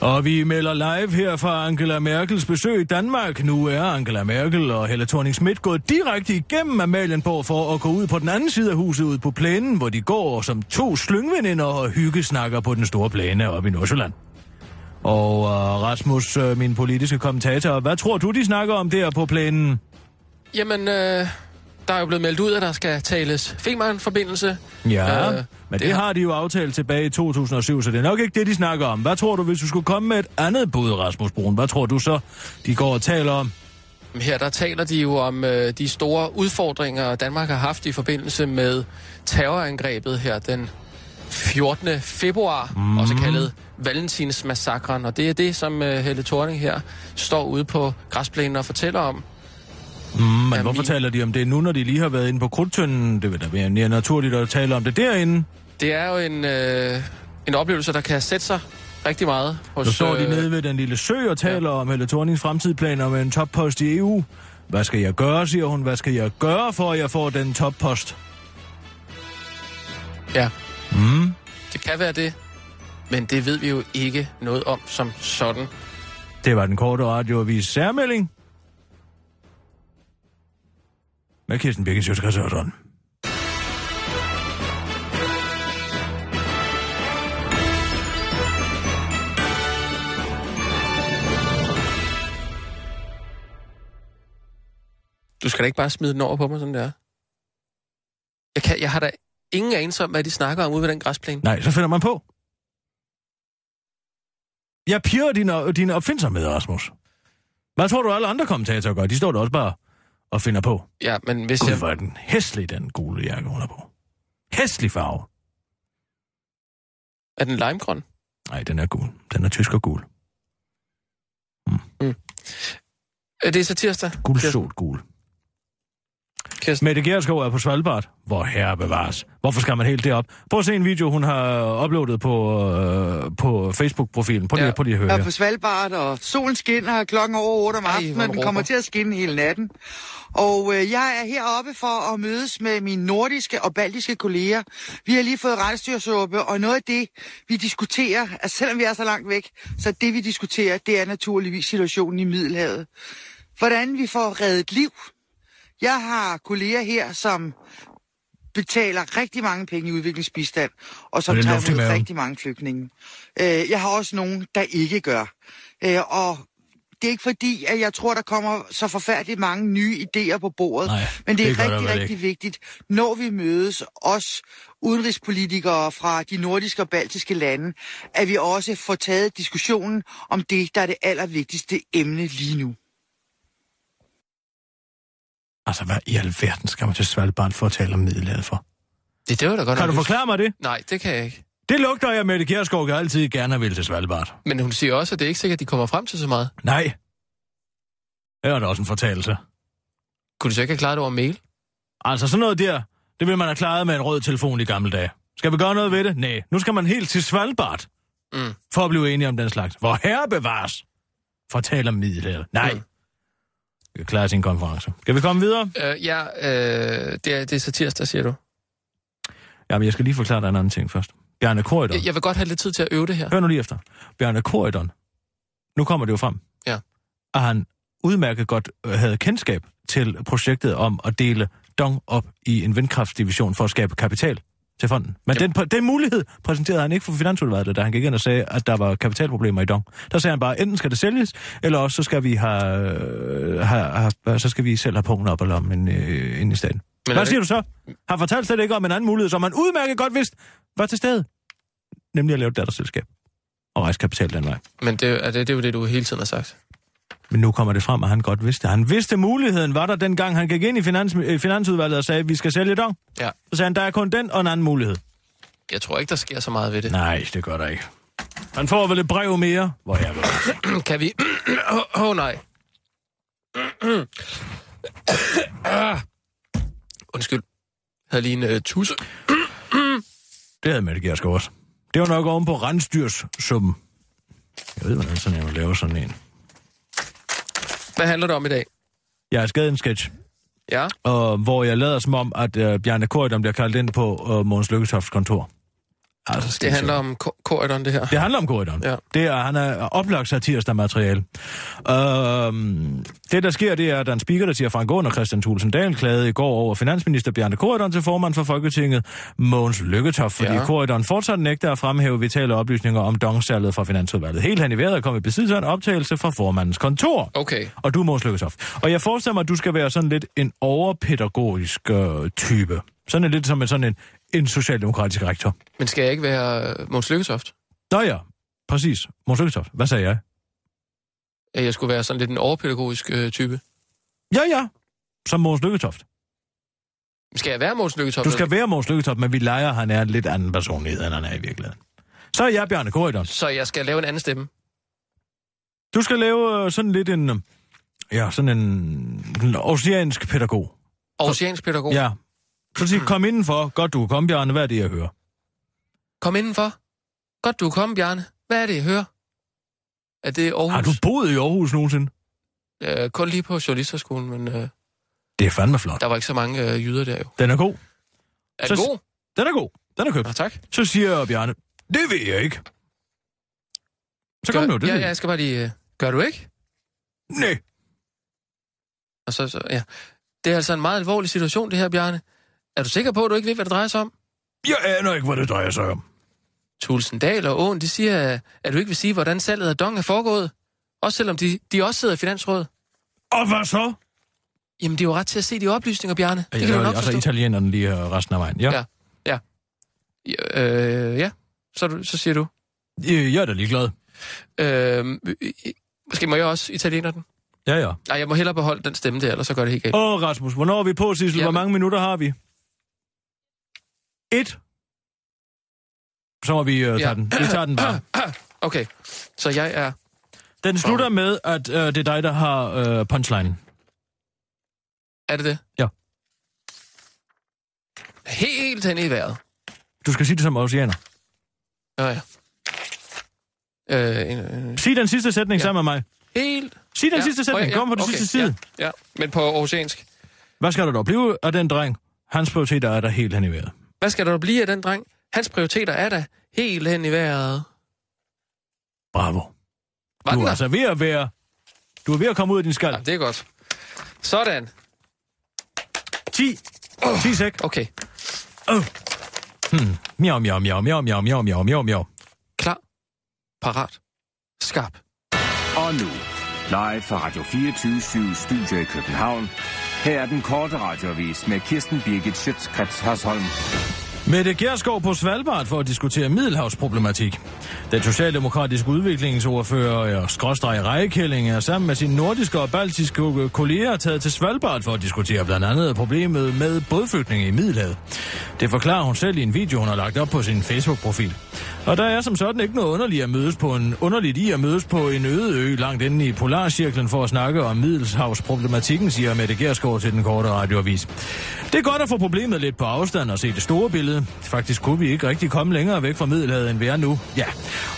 F: Og vi melder live her fra Angela Merkels besøg i Danmark. Nu er Angela Merkel og Helle thorning Schmidt gået direkte igennem Amalienborg for at gå ud på den anden side af huset ud på plænen, hvor de går som to slyngveninder og hyggesnakker på den store plæne oppe i Nordsjælland. Og uh, Rasmus, uh, min politiske kommentator, hvad tror du, de snakker om der på plænen?
G: Jamen, øh, der er jo blevet meldt ud, at der skal tales Femern-forbindelse.
F: Ja,
G: Øh,
F: øh, men det,
G: det
F: det
G: har-
F: har de jo aftalt tilbage i 2007, så det er nok ikke det, de snakker om. Hvad tror du, hvis du skulle komme med et andet bud, Rasmus Brun? Hvad tror du så, de går og taler om? Hmm,
G: Men Her der taler de jo om øh, de store udfordringer, Danmark har haft i forbindelse med terrorangrebet her den 14. februar,
F: Mhm.
G: mm. også kaldet Valentinsmassakren. Og det er det, som øh, Helle Thorning her står ude på græsplænen og fortæller om.
F: Men
G: Ja,
F: hvorfor
G: min-
F: taler de om det nu, når de lige har været inde på krudtønden? Det vil da være mere naturligt at tale om det derinde.
G: Det er jo en, øh, en oplevelse, der kan sætte sig rigtig meget hos...
F: Så står de
G: øh,
F: nede ved den lille sø og taler om Helle Thornings fremtidsplaner med en toppost i EU. Hvad skal jeg gøre, siger hun. Hvad skal jeg gøre, for at jeg får den toppost?
G: Ja. Mm.
F: Mhm.
G: Det kan være det, men det ved vi jo ikke noget om som sådan.
F: Det var den korte radioavis særmelding. Med Kirsten Birgit Sjøtskrets Hørsholm.
G: Du skal da ikke bare smide den over på mig, sådan der. Jeg, kan, jeg har da ingen anelse om, hvad de snakker om ude ved den græsplæne.
F: Nej, så finder man på. Jeg pirer dine, dine opfindsomheder, Rasmus. Hvad tror du, alle andre kommentatorer gør? De står der også bare og finder på.
G: Ja, men hvis
F: Gud,
G: jeg...
F: hvor er den hæslig, den gule jakke, hun har på. Hæslig farve.
G: Er den limegrøn?
F: Nej, den er gul. Den er tysk og gul.
G: Er Øh, det så tirsdag?
F: Gulsot gul.
G: Kirsten.
F: Mette Gerskov er på Svalbard. Hvor herre bevares. Hvorfor skal man helt derop? Prøv at se en video, hun har uploadet på, øh, på Facebook-profilen. Prøv lige,
G: Ja.
F: ja. prøv lige at høre.
I: Jeg
F: her.
I: er øh, på Svalbard, og solen skinner og klokken over 8 om
G: Ej,
I: aftenen,
G: hvor
I: og
G: den
I: den kommer
G: råber.
I: til at skinne hele natten. Og øh, jeg er heroppe for at mødes med mine nordiske og baltiske kolleger. Vi har lige fået rensdyrsuppe, og noget af det, vi diskuterer, altså selvom vi er så langt væk, så det vi diskuterer, det er naturligvis situationen i Middelhavet. Hvordan vi får reddet liv. Jeg har kolleger her, som betaler rigtig mange penge i udviklingsbistand, og
F: Er
I: som
F: det
I: tager
F: luft i
I: imod
F: maven?
I: rigtig mange flygtninge. Øh, jeg har også nogen, der ikke gør. Øh, og det er ikke fordi, at jeg tror, der kommer så forfærdeligt mange nye idéer på bordet,
F: Nej,
I: men det er
F: det gør der
I: rigtig,
F: vel
I: rigtig vigtigt, når vi mødes, os udenrigspolitikere fra de nordiske og baltiske lande, at vi også får taget diskussionen om det, der er det allervigtigste emne lige nu.
F: Altså, hvad i alverden skal man til Svalbard for at tale om middelhavet for?
G: Det, det var da godt
F: Kan
G: nok
F: du
G: nyt.
F: forklare mig det?
G: Nej, det kan jeg ikke.
F: Det lugter jeg, Mette Kjærsgaard jeg altid gerne vil til Svalbard.
G: Men hun siger også, at det er ikke sikkert, at de kommer frem til så meget.
F: Nej. Det var da også en fortalelse.
G: Kunne du så ikke have klaret det over mail?
F: Altså, sådan noget der, det vil man have klaret med en rød telefon i gamle dage. Skal vi gøre noget ved det? Nej. Nu skal man helt til Svalbard.
G: Mm.
F: For at blive enige om den slags. Hvor herre bevares. Fortæl om middelhavet. Nej.
G: Mm.
F: Mm. Vi kan klare sin konference. Skal vi komme videre?
G: Øh, ja, øh, det, er, det er så tirsdag, siger du.
F: Jamen, jeg skal lige forklare dig en anden ting først. Bjarne Korydon.
G: Jeg, jeg vil godt have lidt tid til at øve det her.
F: Hør nu lige efter. Bjarne Korydon. Nu kommer det jo frem.
G: Ja.
F: Og han udmærket godt øh, havde kendskab til projektet om at dele Dong op i en vindkraftsdivision for at skabe kapital til fonden. Men den, pr- den mulighed præsenterede han ikke for Finansudvalget, da han gik ind og sagde, at der var kapitalproblemer i Dong. Der sagde han bare, enten skal det sælges, eller også så skal vi, have, øh, have, have, så skal vi selv have pungen op eller om en, øh, ind i staten.
G: Men er
F: Hvad
G: det
F: siger
G: ikke-
F: du så? Han fortalte slet ikke om en anden mulighed, som han udmærket godt vidste var til stede. Nemlig at lave et datterselskab og rejse kapital den vej.
G: Men det, er det, det er jo det, du hele tiden har sagt.
F: Men nu kommer det frem, at han godt vidste. Han vidste muligheden, var der dengang han gik ind i finans, øh, finansudvalget og sagde, at vi skal sælge dong.
G: Ja.
F: Så sagde han, der er kun den og en anden mulighed.
G: Jeg tror ikke, der sker så meget ved det.
F: Nej, det gør der ikke. Han får vel et brev mere, hvor jeg vil.
G: Kan vi... Åh, oh, oh, nej. Ah. Undskyld. Jeg havde lige en uh, tusse.
F: Det havde Mette Gerskov også. Det var nok oven på rensdyrssummen. Jeg ved, hvordan sådan jeg laver sådan en.
G: Hvad handler det om i dag?
F: Jeg har skrevet en sketch,
G: Ja,
F: og hvor jeg lader som om, at øh, Bjarne Korydon bliver kaldt ind på øh, Måns Lykketofts kontor. Altså,
G: det handler om ko- korridoren, det her.
F: Det handler om korridoren.
G: Ja.
F: Det er, han er oplagt satirisk af materiale. Øhm, det, der sker, det er, at der er en speaker, der siger, Frank Aaen og Christian Thulsen Dahl klagede i går over finansminister Bjarne Korridoren til formand for Folketinget, Mogens Lykketoft, fordi
G: Ja.
F: ja. Korridoren fortsat nægter at fremhæve vitale oplysninger om dongsalget fra Finansudvalget. Helt hen i vejret kom i besiddelse af en optagelse fra formandens kontor.
G: Okay.
F: Og du er Mogens Lykketoft. Og jeg forestiller mig, at du skal være sådan lidt en overpædagogisk øh, type. Sådan en, lidt som en, sådan en, en socialdemokratisk rektor.
G: Men skal jeg ikke være uh, Måns Lykketoft?
F: Nå ja, præcis. Mogens Lykketoft, hvad sagde jeg?
G: At jeg skulle være sådan lidt en overpædagogisk uh, type?
F: Ja, ja. Som Måns Lykketoft.
G: Skal jeg være Måns Lykketoft?
F: Du skal være Måns Lykketoft, men vi leger, at han er en lidt anden personlighed, end han er i virkeligheden. Så er jeg Bjarne Korydon.
G: Så jeg skal lave en anden stemme?
F: Du skal lave øh, sådan lidt en... øh, Ja, sådan en, en oceansk pædagog.
G: Oceansk pædagog?
F: Ja. Så sig, kom indenfor. Godt, du kan komme, Bjarne. Hvad er det, jeg hører?
G: Kom indenfor. Godt, du er kommet, Bjarne. Hvad er det, jeg hører? Er det Aarhus?
F: Har du boet i Aarhus nogensinde?
G: Øh, kun lige på journalisterskolen, men øh,
F: Det er fandme flot.
G: der var ikke så mange øh, jyder der jo.
F: Den er god.
G: Er
F: Så-
G: det god?
F: Den er god. Den er købt.
G: Nå, tak.
F: Så siger Bjarne, det ved jeg ikke. Så kom
G: Gør-
F: nu, det
G: ja,
F: ved
G: ja,
F: jeg.
G: jeg skal bare lige... Øh, gør du ikke?
F: Nej.
G: Og så, så, ja. Det er altså en meget alvorlig situation, det her, Bjarne. Er du sikker på, at du ikke ved, hvad det drejer sig om?
F: Jeg aner ikke, hvad det drejer sig om.
G: Tulsendal og Åen, de siger, øh, at du ikke vil sige, hvordan salget af Dong er foregået. Også selvom de, de også sidder i Finansrådet.
F: Og hvad så?
G: Jamen, de er jo ret til at se de oplysninger, Bjørne.
F: Ja,
G: Det
F: altså,
G: kan du
F: og-
G: nok
F: og så
G: forstå.
F: italienerne lige øh, resten af vejen. Ja.
G: Ja. Ja, øh, ja. Så, er du- så siger du.
F: Øh, Jeg er da ligeglad.
G: Øh, øh, måske må jeg også italiener den?
F: Ja, ja.
G: Nej, jeg må hellere beholde den stemme der, ellers så gør det helt galt.
F: Åh, Rasmus, hvornår er vi på, Sissel?
G: Jamen.
F: Hvor mange minutter har vi? Et. Så må vi øh, tage
G: Ja.
F: den. Vi tager den bare.
G: Okay, så jeg er...
F: Den slutter med, at øh, det er dig, der har øh, punchline.
G: Er det det?
F: Ja.
G: Helt hen i vejret.
F: Du skal sige det som oceaner.
G: Nå ja. Øh, en, øh,
F: Sig den sidste sætning ja.
G: Ja.
F: sammen med mig.
G: helt...
F: Sig den ja. sidste sætning. Kom på den
G: okay,
F: okay. sidste side. Ja.
G: Ja, ja, men på oceansk.
F: Hvad skal der dog blive af den dreng? Hans prioriteter er der helt hen i vejret.
G: Hvad skal der blive af den dreng? Hans prioriteter er da helt hen i vejret.
F: Bravo.
G: Var
F: Du
G: den
F: er
G: der?
F: altså ved at være... Du er ved at komme ud af din skal.
G: Ja, det er godt. Sådan.
F: 10. 10 sæk.
G: Okay.
F: Miau, miau, miau, miau, miau, miau, miau, miau, miau.
G: Klar. Parat. Skarp.
H: Og nu, live fra Radio 24 Studio i København. Her er den korte radiovis med Kirsten Birgit Schøtzgrads Hasholm.
F: Mette Gerskov på Svalbard for at diskutere middelhavsproblematik. Den socialdemokratiske udviklingsordfører og skråstrej Rejekælling er sammen med sine nordiske og baltiske kolleger taget til Svalbard for at diskutere blandt andet problemet med bådflygtninge i Middelhavet. Det forklarer hun selv i en video, hun har lagt op på sin Facebook-profil. Og der er som sådan ikke noget underligt at mødes på en, underligt i at mødes på en øde ø langt inde i Polarcirklen for at snakke om middelhavsproblematikken, siger Mette Gerskov til den korte radioavis. Det er godt at få problemet lidt på afstand og se det store billede. Faktisk kunne vi ikke rigtig komme længere væk fra Middelhavet, end vi er nu. Ja,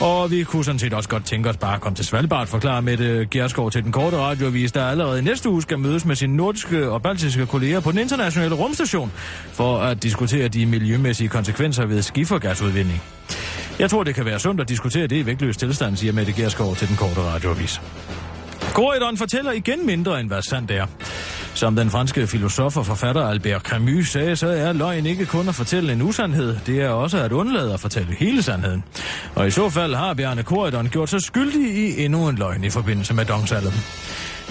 F: og vi kunne sådan set også godt tænke os bare at komme til Svalbard, forklarer Mette Gerskov til den korte radioavis, der allerede i næste uge skal mødes med sine nordiske og baltiske kolleger på den internationale rumstation for at diskutere de miljømæssige konsekvenser ved skifergasudvinding. Jeg tror, det kan være sundt at diskutere det i vægtløs tilstand, siger Mette Gerskov til den korte radioavis. Corridon fortæller igen mindre, end hvad sandt er. Som den franske filosof og forfatter Albert Camus sagde, så er løgn ikke kun at fortælle en usandhed, det er også at undlade at fortælle hele sandheden. Og i så fald har Bjarne Corridon gjort sig skyldig i endnu en løgn i forbindelse med dongsalget.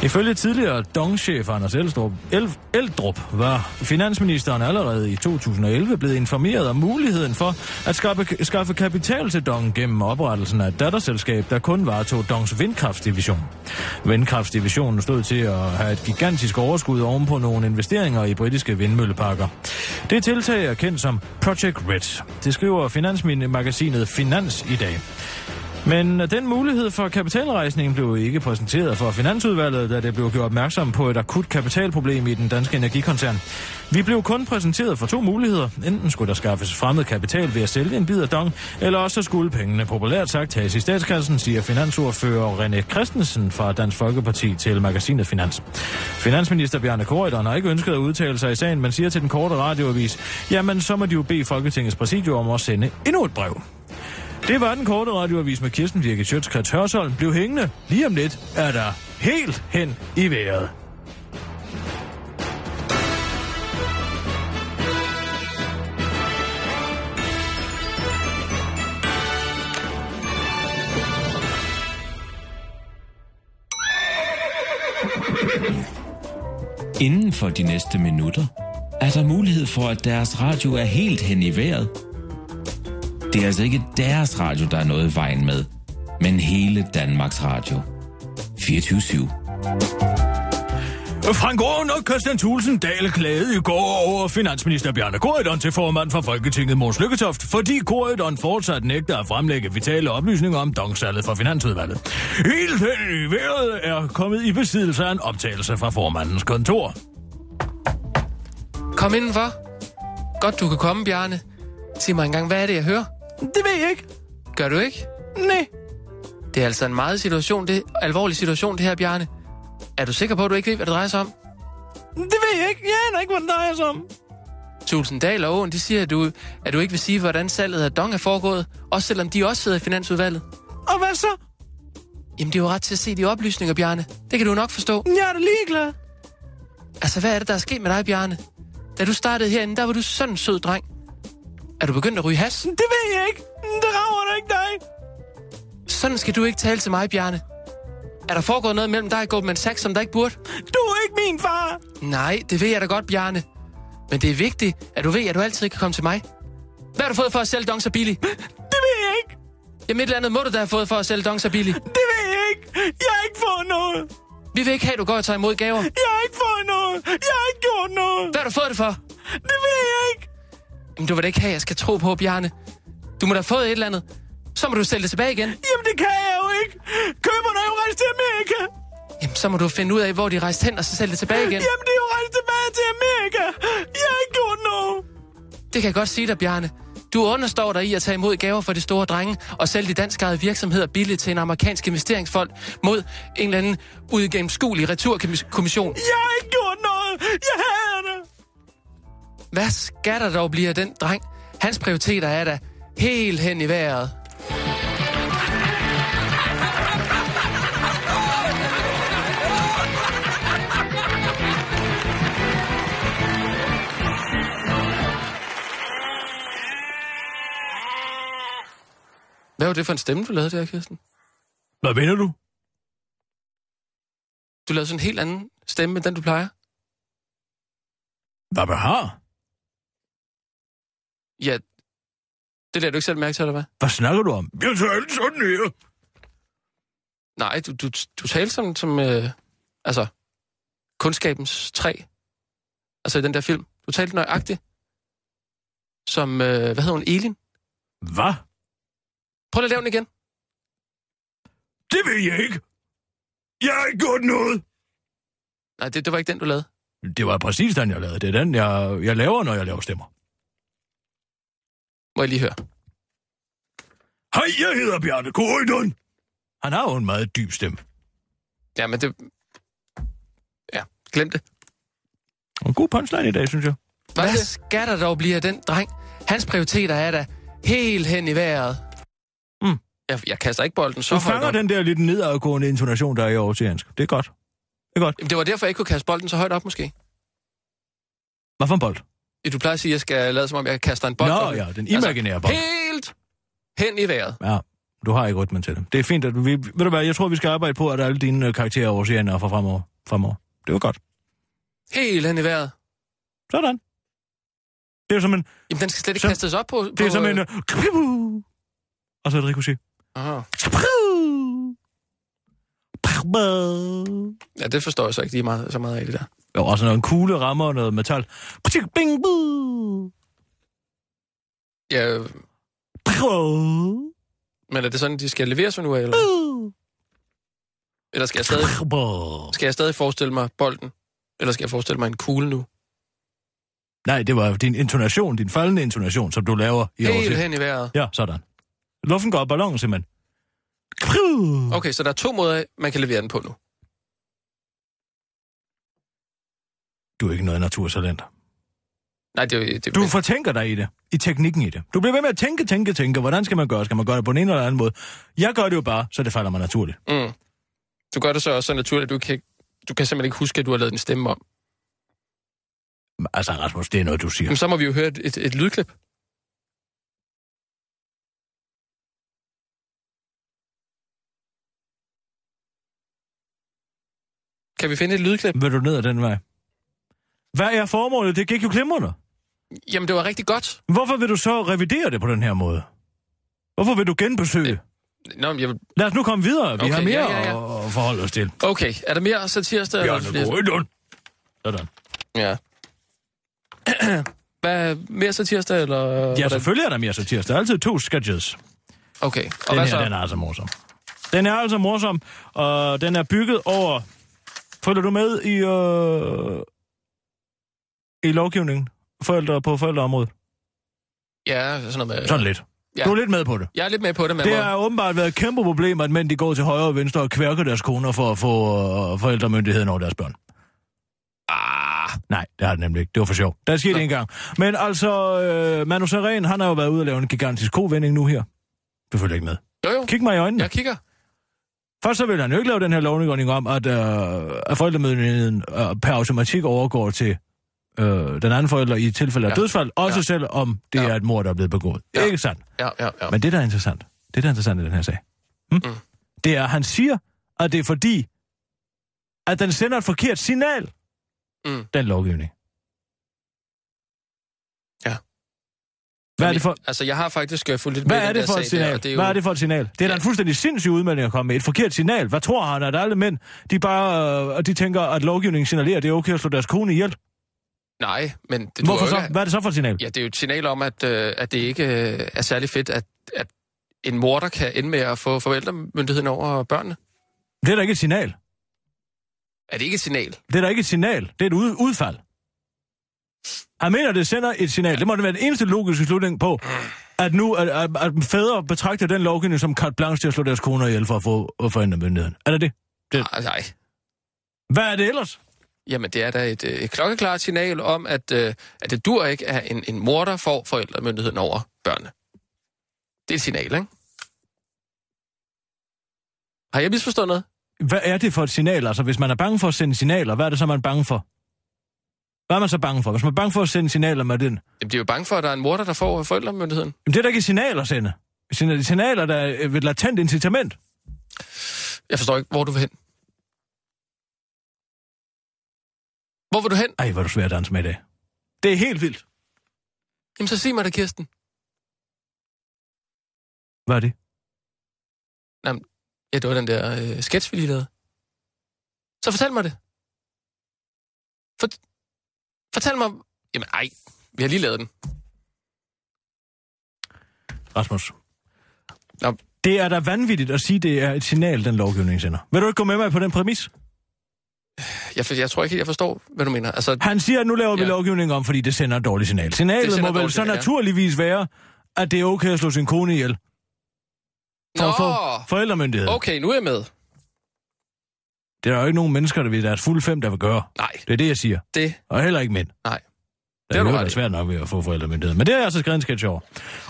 F: Ifølge tidligere dongchef Anders Eldrup, El- Eldrup var finansministeren allerede i 2011 blevet informeret om muligheden for at skaffe, skaffe kapital til dong gennem oprettelsen af et datterselskab, der kun varetog dongs vindkraftsdivision. Vindkraftsdivisionen stod til at have et gigantisk overskud ovenpå nogle investeringer i britiske vindmølleparker. Det tiltag er kendt som Project Red. Det skriver finansmagasinet Finans i dag. Men den mulighed for kapitalrejsning blev ikke præsenteret for Finansudvalget, da det blev gjort opmærksom på et akut kapitalproblem i den danske energikoncern. Vi blev kun præsenteret for to muligheder. Enten skulle der skaffes fremmed kapital ved at sælge en bid af dong, eller også så skulle pengene populært sagt tages i statskassen, siger finansordfører René Christensen fra Dansk Folkeparti til magasinet Finans. Finansminister Bjarne Korydon har ikke ønsket at udtale sig i sagen, men siger til den korte radioavis, jamen så må de jo bede Folketingets præsidium om at sende endnu et brev. Det var den korte radioavis med Kirsten Birke Sjøtskrets Hørsholm. Blev hængende. Lige om lidt er der helt hen i vejret.
J: Inden for de næste minutter er der mulighed for, at deres radio er helt hen i vejret. Det er altså ikke deres radio, der er noget i vejen med, men hele Danmarks Radio. 24
F: Frank Aaen og Christian Thulsen Dahl klagede i går over finansminister Bjarne Korydon til formand for Folketinget Måns Lykketoft, fordi Korydon fortsat nægter at fremlægge vitale oplysninger om dongsalget fra Finansudvalget. Helt hen i vejret er kommet i besiddelse af en optagelse fra formandens kontor.
G: Kom indenfor. Godt, du kan komme, Bjarne. Sig mig engang, hvad er det, jeg hører?
F: Det ved jeg ikke.
G: Gør du ikke?
F: Nej.
G: Det er altså en meget situation, det, alvorlig situation, det her, Bjarne. Er du sikker på, at du ikke ved, hvad det drejer sig om?
F: Det ved jeg ikke. Jeg aner ikke, hvad det drejer sig om.
G: Tulsendal og Åen, de siger, at du, at du ikke vil sige, hvordan salget af Dong er foregået, også selvom de også sidder i Finansudvalget.
F: Og hvad så?
G: Jamen, det er jo ret til at se de oplysninger, Bjarne. Det kan du nok forstå.
F: Jeg er da ligeglad.
G: Altså, hvad er det, der er sket med dig, Bjarne? Da du startede herinde, der var du sådan en sød dreng. Er du begyndt at ryge has?
F: Det ved jeg ikke. Det rager da ikke dig.
G: Sådan skal du ikke tale til mig, Bjarne. Er der foregået noget mellem dig og Goldman Sachs, som der ikke burde?
F: Du er ikke min far.
G: Nej, det ved jeg da godt, Bjarne. Men det er vigtigt, at du ved, at du altid kan komme til mig. Hvad har du fået for at sælge dong så billigt?
F: Det ved jeg ikke.
G: Jamen et eller andet må du da have fået for at sælge dong så billigt.
F: Det ved jeg ikke. Jeg har ikke fået noget.
G: Vi vil ikke have, at du går og tager imod gaver.
F: Jeg har ikke fået noget. Jeg har ikke gjort noget.
G: Hvad har du fået det for?
F: Det ved jeg ikke.
G: Jamen du vil da ikke have, jeg skal tro på, Bjarne. Du må da have fået et eller andet. Så må du sælge det tilbage igen.
F: Jamen det kan jeg jo ikke. Køberne er jo rejst til Amerika.
G: Jamen så må du finde ud af, hvor de er rejst hen, og så sælge det tilbage igen.
F: Jamen det er jo rejst tilbage til Amerika. Jeg har ikke gjort noget.
G: Det kan jeg godt sige dig, Bjarne. Du understår dig i at tage imod gaver fra de store drenge og sælge de danskejede virksomheder billigt til en amerikansk investeringsfond mod en eller anden udgennemskuelig returkommission.
F: Jeg har ikke gjort noget. Jeg hader det.
G: Hvad skal der dog blive af den dreng? Hans prioriteter er da helt hen i vejret. Hvad var det for en stemme, du lavede der, Kirsten?
F: Hvad mener du?
G: Du lavede sådan en helt anden stemme, end den du plejer.
F: Hvad behar?
G: Ja, Det lader du ikke selv mærke til, eller hvad?
F: Hvad snakker du om? Jeg talte sådan her.
G: Nej, du, du, du talte som, som øh, altså, kunskabens træ. Altså i den der film. Du talte nøjagtigt som, øh, hvad hedder hun, Elin?
F: Hvad?
G: Prøv at lave den igen.
F: Det ved jeg ikke. Jeg har ikke gjort noget.
G: Nej, det, det var ikke den, du lavede.
F: Det var præcis den, jeg lavede. Det er den, jeg, jeg laver, når jeg laver stemmer.
G: Må jeg lige høre.
F: Hej, jeg hedder Bjarne Korydon. Han har jo en meget dyb stemme.
G: Ja, men det... Ja, glem det.
F: En god punchline i dag, synes jeg.
G: Hvad det? skal der dog blive af den dreng? Hans prioriteter er da helt hen i vejret.
F: Mm.
G: Jeg, jeg kaster ikke bolden så
F: Du
G: højt
F: fanger
G: op.
F: den der lidt nedadgående intonation, der er i aarhusiansk. Det er godt. Det er godt.
G: Jamen, Det var derfor, jeg ikke kunne kaste bolden så højt op, måske.
F: Hvad for en bold?
G: Ja, Du plejer at sige, at jeg skal lade som om, jeg kaster en bold.
F: Nå,
G: op. Altså,
F: ja, den imaginære bold.
G: Helt hen i vejret.
F: Ja, du har ikke rytmen til det. Det er fint, at vi... Ved du hvad, jeg tror, vi skal arbejde på, at alle dine øh, karakterer er oceaner fra fremover. fremover. Det var godt.
G: Helt hen i vejret.
F: Sådan. Det er som en...
G: Jamen, den skal slet ikke
F: Som-
G: kastes op på...
F: Det er
G: på,
F: som
G: øh,
F: en... øh, kvibu. Og så et ricochet.
G: aha.
F: Kvibu. Kvibu.
G: Ja, det forstår jeg så ikke lige meget, så meget af det der.
F: Jo, og sådan noget, en kugle rammer og noget metal. Ptik, bing, bu.
G: Ja, øh,
F: Prøv.
G: men er det sådan, de skal leveres for nu af, eller,
F: Bu.
G: eller skal, jeg stadig,
F: Prøv.
G: skal jeg stadig forestille mig bolden? Eller skal jeg forestille mig en kugle nu?
F: Nej, det var din intonation, din faldende intonation, som du laver i
G: Helt
F: år.
G: hen i vejret.
F: Ja, sådan. Luften går op ballonen, simpelthen. Prøv.
G: Okay, så der er to måder, man kan levere den på nu.
F: Du er ikke noget naturtalent.
G: Nej, det er jo... Det,
F: Du
G: men-
F: fortænker dig i det, i teknikken i det. Du bliver ved med at tænke, tænke, tænke. Hvordan skal man gøre? Skal man gøre det på den ene eller anden måde? Jeg gør det jo bare, så det falder mig naturligt.
G: Mm. Du gør det så også så naturligt, at du kan, du kan simpelthen ikke huske, at du har lavet en stemme om.
F: Men Altså, Rasmus, det er noget, du siger.
G: Jamen, så må vi jo høre et, et, et lydklip. Kan vi finde et lydklip?
F: Vil du ned ad den vej? Hvad er formålet? Det gik jo glimrende.
G: Jamen, det var rigtig godt.
F: Hvorfor vil du så revidere det på den her måde? Hvorfor vil du genbesøge?
G: Nå, men jeg vil...
F: Lad os nu komme videre. Vi
G: Øh. Okay,
F: okay, har mere
G: ja, ja,
F: at at forholde os til.
G: Okay, er der mere satirisk? Der
F: Grønlund. Sådan.
G: Ja. Hvad mere satirisk, eller...
F: Ja,
G: hvordan?
F: selvfølgelig er der mere satirisk. Der er altid to sketches.
G: Okay, og
F: Den
G: hvad
F: her, den
G: så?
F: er altså morsom. Den er altså morsom, og den er bygget over... Følger du med i, øh, i lovgivningen? Forældre på forældreområdet?
G: Ja, sådan noget med...
F: Sådan lidt.
G: Øh, Ja.
F: Ja. Du er lidt med på det.
G: Jeg er lidt med på det, men...
F: Det
G: hvor-
F: har åbenbart været et kæmpe problem, at mænd de går til højre og venstre og kværker deres koner for at få øh, forældremyndigheden over deres børn.
G: Ah,
F: Nej, det har det nemlig ikke. Det var for sjov. Der skete det engang. Men altså, øh, Manu Seren, han har jo været ude og lave en gigantisk kovending nu her. Du følger ikke med.
G: jo, jo.
F: Kig mig i øjnene.
G: Jeg kigger.
F: Først så ville han jo ikke lave den her lovning om, at, øh, at forældremyndigheden øh, per automatik overgår til øh, den anden forælder i tilfælde af
G: Ja.
F: ja. dødsfald, også
G: Ja.
F: ja. selv om det
G: Ja.
F: ja. er et mor, der er blevet begået.
G: Ja.
F: Ja. Ikke sandt?
G: Ja, ja, ja.
F: Men det, der er interessant, det, der er interessant i den her sag, hm?
G: Mm.
F: mm. det er, at han siger, at det er fordi, at den sender et forkert signal,
G: Mm.
F: den lovgivning.
G: Ja.
F: Hvad er det for,
G: Altså, jeg har faktisk øh, fulgt lidt
F: hvad
G: med i
F: er
G: den
F: det
G: der
F: for
G: sag
F: et signal?
G: Der, og
F: det
G: det er jo,
F: Hvad er det for et signal? Det er da
G: Ja.
F: en fuldstændig sindssyg udmelding at komme med. Et forkert signal. Hvad tror han, at alle mænd, de bare, øh, og de tænker, at lovgivningen signalerer, at det er okay at slå deres kone ihjel?
G: Nej, men det
F: Hvorfor
G: duer jo
F: så?
G: Ikke.
F: Hvad er det så for et signal?
G: Ja, det er jo et signal om, at, øh, at det ikke øh, er særlig fedt, at, at en morder kan ende med at få forældremyndigheden over børnene.
F: Det er da ikke et signal.
G: Er det ikke et signal?
F: Det er da ikke et signal. Det er et ud- udfald. Han mener, det sender et signal. Det må da være den eneste logiske slutning på, at nu at, at, at fædre betragter den lovgivning som carte blanche til at slå deres koner ihjel for at få at forændre myndigheden. Er det det? Det-
G: Nej, Ah, nej.
F: Hvad er det ellers?
G: Jamen, det er da et, øh, et klokkeklart signal om, at, øh, at det dur ikke, at en, en morder får forældremyndigheden over børnene. Det er et signal, ikke? Har jeg misforstået noget?
F: Hvad er det for et signal? Altså, hvis man er bange for at sende signaler, hvad er det så, man er bange for? Hvad er man så bange for? Hvis man er bange for at sende signaler med den... Jamen,
G: Jamen, de er jo bange for, at der er en morder, der får forældremyndigheden.
F: det er da ikke et signal at sende. Signa- Signaler, der er et latent incitament.
G: Jeg forstår ikke, hvor du vil hen. Hvor vil du hen?
F: Ej, hvor er du svær at danse med i dag. Det er helt vildt.
G: Jamen, så sig mig det, Kirsten.
K: Hvad er det?
G: Jamen, ja, det var den der øh, sketch, vi lige lavede. Så fortæl mig det. For, fortæl mig... Jamen, ej, vi har lige lavet den.
F: Rasmus. Nå. Det er da vanvittigt at sige, det er et signal, den lovgivning sender. Vil du ikke gå med mig på den præmis?
G: Jeg, for- jeg tror ikke helt, jeg forstår, hvad du mener. Altså,
F: Han siger, at nu laver vi
G: Ja.
F: ja. lovgivningen om, fordi det sender et dårligt signal.
G: Det
F: Signalet
G: sender
F: må
G: et
F: vel
G: dårligt
F: så
G: signal, ja.
F: naturligvis være, at det er okay at slå sin kone ihjel. For at få forældremyndighed.
G: okay, nu er jeg med.
F: Det er der jo ikke nogen mennesker, der ved deres fulde fem, der vil gøre.
G: Nej.
F: Det er det, jeg siger.
G: Det.
F: Og heller ikke mænd.
G: Nej.
F: Det er, det er svært nok ved at få forældremyndighed. Men det har jeg altså skrevet en sketch over.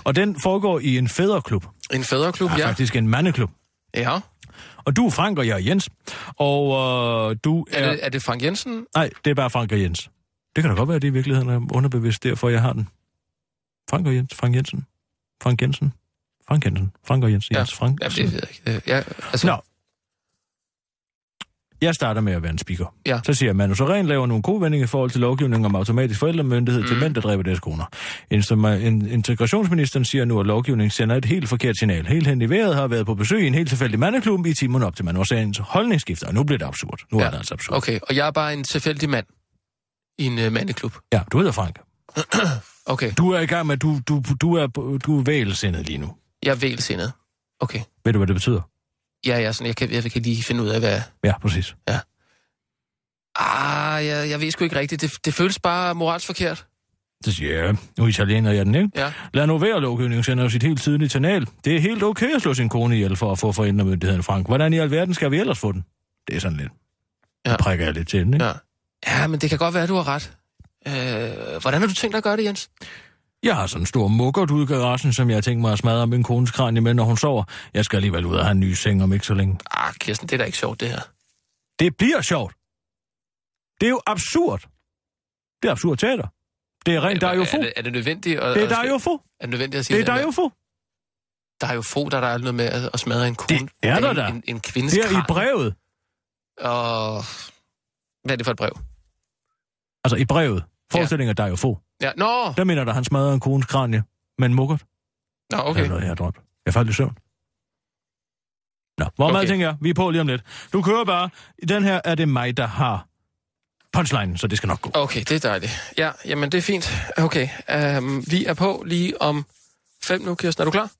F: Og den foregår i en fædreklub.
G: En fædreklub,
F: ja. faktisk en mandeklub.
G: Ja.
F: Og du er Frank, og jeg er Jens. Og øh, du er...
G: Er, det, er det Frank Jensen?
F: Nej, det er bare Frank og Jens. Det kan da godt være, at det i virkeligheden er underbevidst, derfor jeg har den. Frank og Jens, Frank Jensen, Frank Jensen, Frank Jensen, Frank og Jens, Jens, ja. Frank.
G: Ja, det ved jeg ikke. Øh, Ja, altså,
F: Nå. Jeg starter med at være en speaker.
G: Ja.
F: Så siger Manu Soren laver nogle kovendinger i forhold til lovgivningen om automatisk forældremyndighed mm. til mænd, der dræber deres koner. Insom- in- Integrationsministeren siger nu, at lovgivningen sender et helt forkert signal. Helt hen i vejret har været på besøg i en helt tilfældig mandeklub i timen op til Manu Sorens holdningsskifter, og nu bliver det absurd. Nu ja. er det altså absurd.
G: okay, og jeg er bare en tilfældig mand i en øh, mandeklub.
F: Ja, du hedder Frank.
G: Okay,
F: Du er i gang med, du, du, du er, du er vælsindet lige nu.
G: jeg er vælsindet. Okay,
F: Ved du, hvad det betyder?
G: ja, jeg, er sådan, jeg, kan, jeg kan lige finde ud af, hvad...
F: Ja, præcis.
G: Ah, jeg, jeg ved sgu ikke rigtigt. Det, det føles bare moralsk forkert.
F: Det siger jeg. Nu italiener jeg den, ikke?
G: Ja.
F: Lad nu være lovgivningen sender jo sit helt tydelige signal. Det er helt okay at slå sin kone ihjel for at få forældremyndigheden, Frank. Hvordan i alverden skal vi ellers få den? Det er sådan lidt. Ja.
G: Ja.
F: Det prikker jeg lidt til den, ikke?
G: Ja. Ja, men det kan godt være, at du har ret. Øh, hvordan har du tænkt dig at gøre det, Jens?
F: Jeg har sådan en stor mukkert ude i garagen, som jeg har tænkt mig at smadre min kones kranje med, når hun sover. Jeg skal alligevel ud og have en ny seng om ikke så længe.
G: Ah, Kirsten, det er da ikke sjovt, det her.
F: Det bliver sjovt. Det er jo absurd. Det er absurd teater. Det er rent der er jo
G: Er, det, er det nødvendigt at...
F: Det er
G: at-
F: der jo
G: Er det nødvendigt at sige
F: Det er der
G: der
F: jo få.
G: Der er jo få, der er der aldrig noget med at, at smadre en kone.
F: Det er der
G: en,
F: da.
G: En, en kvindes
F: Det er i
G: kranie.
F: brevet.
G: Og... Hvad er det for et brev?
F: Altså i brevet. Forestillingen ja. er der jo få.
G: Ja, nå!
F: Der mener der, han smadrede en kones kranje med en mukkert.
G: Nå,
F: Det
G: okay.
F: er noget, jeg har drømt. Jeg faldt i søvn. Nå, hvor okay. meget
G: Okay.
F: tænker jeg? Vi er på lige om lidt. Du kører bare. I den her er det mig, der har punchline, så det skal nok gå.
G: Okay, det er dejligt. Ja, jamen det er fint. Okay, øhm, vi er på lige om fem nu, Kirsten. Er du klar?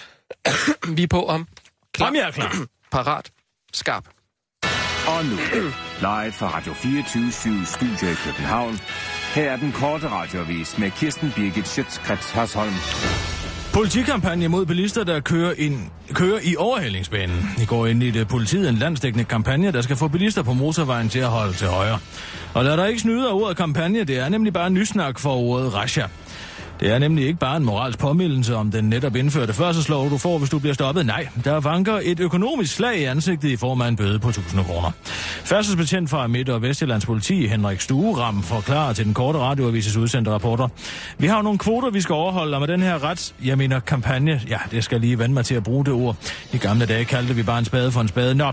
G: vi er på om... Klar.
F: Om jeg er klar.
G: Parat. Skarp.
H: Og nu, live fra Radio 24 Studio i København. Her er den korte radiovis med Kirsten Birgit Schøtzgrads Hasholm.
F: Politikampagne mod bilister, der kører, ind, kører i overhældingsbanen. I går indledte politiet en landsdækkende kampagne, der skal få bilister på motorvejen til at holde til højre. Og lad dig ikke snyde af ordet kampagne, det er nemlig bare nysnak for ordet Russia. Det er nemlig ikke bare en moralsk påmindelse om den netop indførte færdselslov, du får, hvis du bliver stoppet. Nej, der vanker et økonomisk slag i ansigtet i form af en bøde på 1000 kroner. Færdselsbetjent fra Midt- og Vestjyllands politi, Henrik Stueram, forklarer til den korte radioavises udsendte rapporter. Vi har jo nogle kvoter, vi skal overholde, og med den her rets, jeg mener kampagne, ja, det skal jeg lige vende mig til at bruge det ord. I gamle dage kaldte vi bare en spade for en spade. Nå,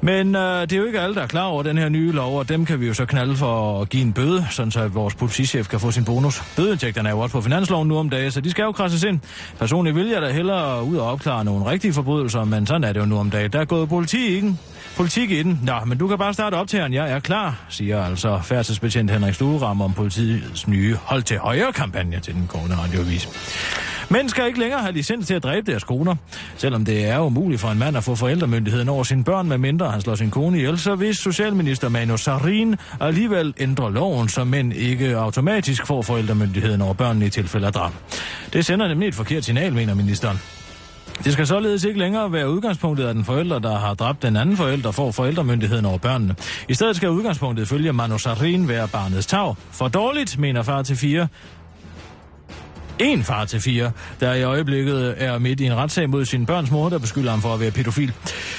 F: men øh, det er jo ikke alle, der er klar over den her nye lov, og dem kan vi jo så knalde for at give en bøde, sådan så at vores politichef kan få sin bonus. Bødeindtægterne er jo også på finansloven nu om dagen, så de skal jo krasses ind. Personligt vil jeg da hellere ud og opklare nogle rigtige forbrydelser, men sådan er det jo nu om dagen. Der er gået politik i den. Politik i den. Nå, men du kan bare starte optageren. Jeg er klar, siger altså færdselsbetjent Henrik Stueram om politiets nye hold til højre kampagne til den korte radioavis. Mænd skal ikke længere have licens til at dræbe deres koner. Selvom det er umuligt for en mand at få forældremyndigheden over sine børn, med mindre han slår sin kone ihjel, så hvis socialminister Manu Sarin alligevel ændrer loven, så mænd ikke automatisk får forældremyndigheden over børnene i tilfælde af drab. Det sender nemlig et forkert signal, mener ministeren. Det skal således ikke længere være udgangspunktet, at den forælder, der har dræbt den anden forælder, får forældremyndigheden over børnene. I stedet skal udgangspunktet følge Manu Sarin være barnets tag. For dårligt, mener far til fire, en far til fire, der i øjeblikket er midt i en retssag mod sin børns mor, der beskylder ham for at være pædofil.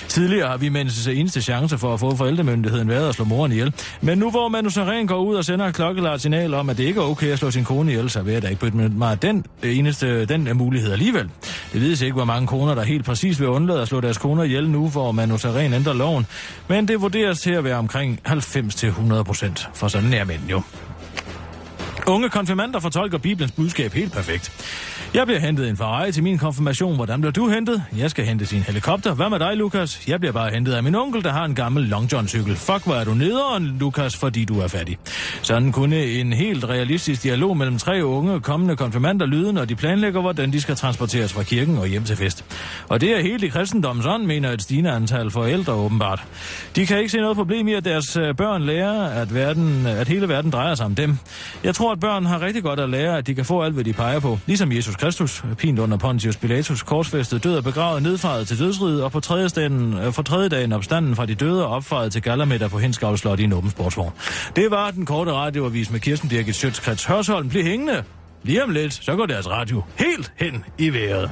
F: Tidligere har vi mænds eneste chance for at få forældremyndigheden været at slå moren ihjel. Men nu hvor Manu Saren går ud og sender et klokkeklart signal om, at det ikke er okay at slå sin kone ihjel, så vil jeg da ikke bytte med mig den eneste den er mulighed alligevel. Det vides ikke, hvor mange koner, der helt præcis vil undlade at slå deres koner ihjel nu, hvor Manu Saren ændrer loven. Men det vurderes til at være omkring 90-100 procent, for sådan er mænd jo. Unge konfirmander fortolker Bibelens budskab helt perfekt. Jeg bliver hentet i en Ferrari til min konfirmation. Hvordan bliver du hentet? Jeg skal hentes i en helikopter. Hvad med dig, Lukas? Jeg bliver bare hentet af min onkel, der har en gammel Long John-cykel. Fuck, hvor er du nederen, Lukas, fordi du er fattig. Sådan kunne en helt realistisk dialog mellem tre unge kommende konfirmander lyde, når de planlægger, hvordan de skal transporteres fra kirken og hjem til fest. Og det er helt i kristendommens ånd, mener et stigende antal forældre åbenbart. De kan ikke se noget problem i, at deres øh, børn lærer, at, verden, øh, at hele verden drejer sig om dem. Jeg tror, at børn har rigtig godt at lære, at de kan få alt, hvad de peger på. Ligesom Jesus Kristus, pint under Pontius Pilatus, korsfæstet, død og begravet, nedfaret til dødsriget, og på tredje dagen, øh, for tredje dagen opstanden fra de døde og opfaret til gallermiddag på Henskavl Slot i en åben sportsvogn. Det var den korte radioavis med Kirsten Birgit Sjøtskrets Hørsholm. Bliv hængende. Lige om lidt, så går deres radio helt hen i vejret.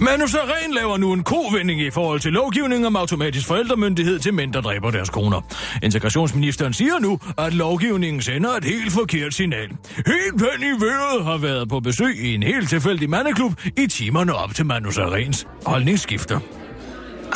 F: Manu Saren laver nu en kovending i forhold til lovgivning om automatisk forældremyndighed til mænd, der dræber deres koner. Integrationsministeren siger nu, at lovgivningen sender et helt forkert signal. Helt pen i vejret har været på besøg i en helt tilfældig mandeklub i timerne op til Manu Sarens holdningsskifter.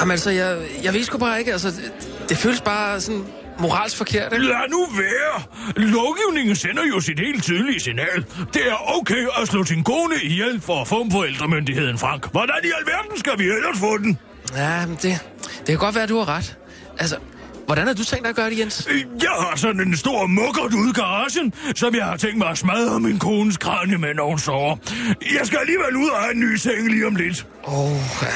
G: Jamen altså, jeg, jeg ved sgu bare ikke, altså, det, det føles bare sådan moralsk forkert. Ikke?
F: Lad nu være! Lovgivningen sender jo sit helt tydelige signal. Det er okay at slå sin kone ihjel for at få forældremyndigheden, Frank. Hvordan i alverden skal vi ellers få den?
G: Ja, men det, det kan godt være, at du har ret. Altså, hvordan har du tænkt dig at gøre det, Jens?
F: Jeg har sådan en stor mukkert ude i garagen, som jeg har tænkt mig at smadre min kones kranje med, når hun sover. Jeg skal alligevel ud og have en ny seng lige om lidt.
G: Åh, oh,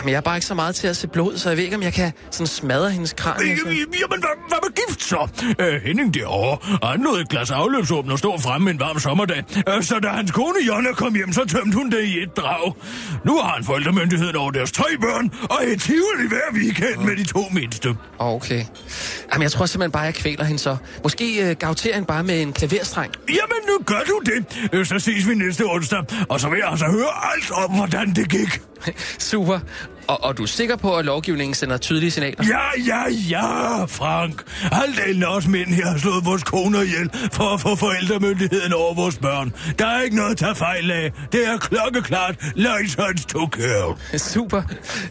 G: men jeg er bare ikke så meget til at se blod, så jeg ved ikke, om jeg kan sådan smadre hendes kranje.
F: Øh, Jamen, hvad, hvad med gift så? Øh, Henning derovre har noget et glas afløbsåbner stå fremme en varm sommerdag. Øh, så da hans kone Jonna kom hjem, så tømte hun det i et drag. Nu har han forældremyndigheden over deres tre børn, og et tivoli hver weekend med de to mindste.
G: Åh, Okay. Jamen, jeg tror simpelthen bare, jeg kvæler hende så. Måske øh, gauterer hende bare med en klaverstreng.
F: Jamen, nu gør du det. Øh, Så ses vi næste onsdag, og så vil jeg altså høre alt om, hvordan det gik.
G: Super. Og, og du er sikker på, at lovgivningen sender tydelige signaler?
F: Ja, ja, ja, Frank. Halvdelen af os mænd her har slået vores koner ihjel for at få forældremyndigheden over vores børn. Der er ikke noget at tage fejl af. Det er klokkeklart. License to kill.
G: Super.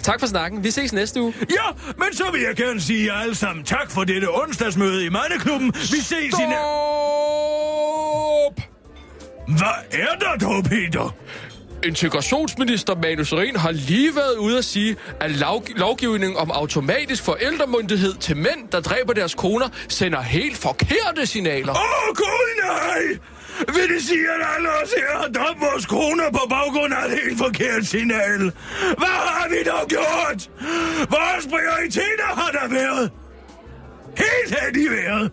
G: Tak for snakken. Vi ses næste uge.
F: Ja, men så vil jeg gerne sige jer alle sammen tak for dette onsdagsmøde i Mandeklubben. Vi ses i næ-
G: Stop!
F: Hvad er der dog, Peter?
G: Integrationsminister Manu Seren har lige været ude at sige, at lov- lovgivningen om automatisk forældremyndighed til mænd, der dræber deres koner, sender helt forkerte signaler.
F: Åh, oh, gud nej! Vil det sige, at alle os her har dræbt vores koner på baggrund af et helt forkert signal? Hvad har vi dog gjort? Vores prioriteter har der været. Helt hen i vejret.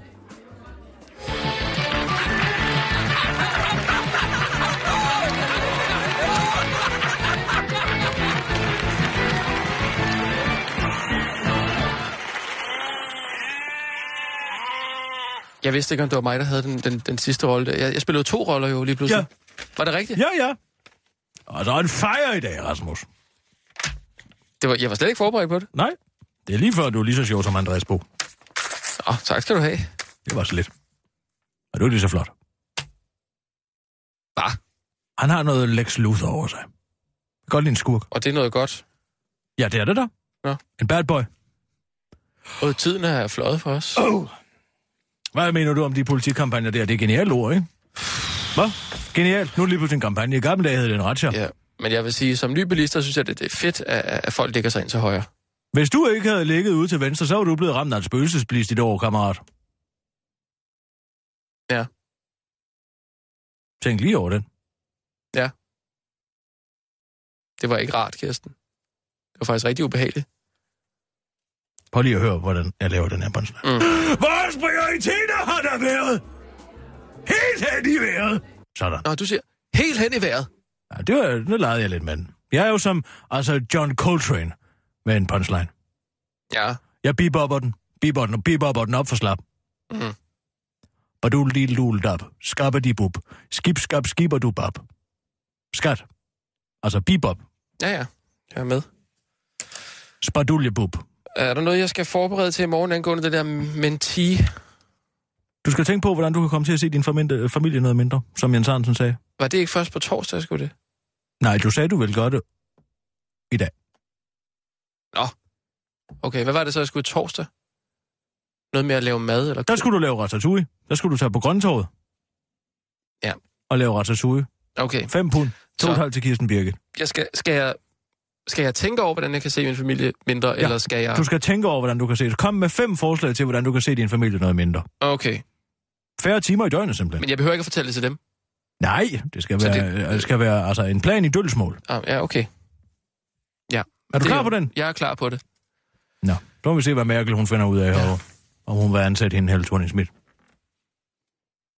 G: Jeg vidste ikke, om det var mig, der havde den, den, den sidste rolle. der. Jeg, jeg spillede to roller jo lige pludselig. Ja. Var det rigtigt?
F: Ja, ja. Og der er en fejr i dag, Rasmus.
G: Det var, jeg var slet ikke forberedt på det.
F: Nej, det er lige før, du er lige så sjov som Andreas Bo.
G: Nå, tak skal du have.
F: Det var så lidt. Og du er lige så flot.
G: Bah,
F: Han har noget Lex Luthor over sig. Godt lige en skurk.
G: og det er noget godt.
F: Ja, det er det der.
G: Ja.
F: En bad boy.
G: Og tiden er fløjet for os.
F: Oh. Hvad mener du om de politikampagner der? Det er genialt ord, ikke? Hvad? Genialt. Nu er lige pludselig en kampagne. I gamle dage hed det en retssag.
G: Ja. Men jeg vil sige, som ny bilister, synes jeg, det, det er fedt, at, at folk ligger sig ind til højre.
F: Hvis du ikke havde ligget ude til venstre, så var du blevet ramt af en spøgelsesblist i det år, kammerat.
G: Ja.
F: Tænk lige over den.
G: Det var ikke rart, Kirsten. Det var faktisk rigtig ubehageligt.
F: Prøv lige at høre, hvordan jeg laver den her båndsnak. Mm. Vores prioriteter har der været helt hen i vejret. Sådan.
G: Nå, du siger, helt hen i vejret.
F: Ja, det var, nu legede jeg lidt med den. Jeg er jo som, altså John Coltrane med en punchline.
G: Ja.
F: Jeg bebopper den, bebopper den, og bebopper den op for slap.
G: Mhm.
F: Badul di lul dab, skabba di bub, skib skab skibber du bab. Skat, Altså bebop.
G: Ja, ja. Jeg er med.
F: Spaduljebup.
G: Er der noget, jeg skal forberede til i morgen angående det der menti?
F: Du skal tænke på, hvordan du kan komme til at se din forminte- familie noget mindre, som Jens Hansen sagde.
G: Var det ikke først på torsdag, jeg skulle det?
F: Nej, du sagde, du ville gøre det i dag.
G: Nå. Okay, hvad var det så, jeg skulle i torsdag? Noget med at lave mad? Eller...
F: Der skulle du lave ratatouille. Der skulle du tage på grøntåret.
G: Ja.
F: Og lave ratatouille.
G: Okay,
F: 5 pund.
G: Så-
F: 2,5 til Kirsten Birke.
G: jeg skal, skal, jeg, skal jeg tænke over, hvordan jeg kan se min familie mindre, ja. eller skal jeg...
F: Du skal tænke over, hvordan du kan se det. Kom med fem forslag til, hvordan du kan se din familie noget mindre.
G: Okay,
F: Færre timer i døgnet, simpelthen.
G: men jeg behøver ikke at fortælle det til dem.
F: Nej, det skal
G: Så
F: være, det...
G: det-
F: det skal være altså, en plan i dølsmål.
G: Ah, ja, okay.
F: Er du
G: Det
F: klar
G: jo-
F: på den?
G: Jeg er klar på det.
F: Nå, så må vi se, hvad Merkel hun finder ud af, ja. og om hun vil ansætte hende Helle thorning -Schmidt.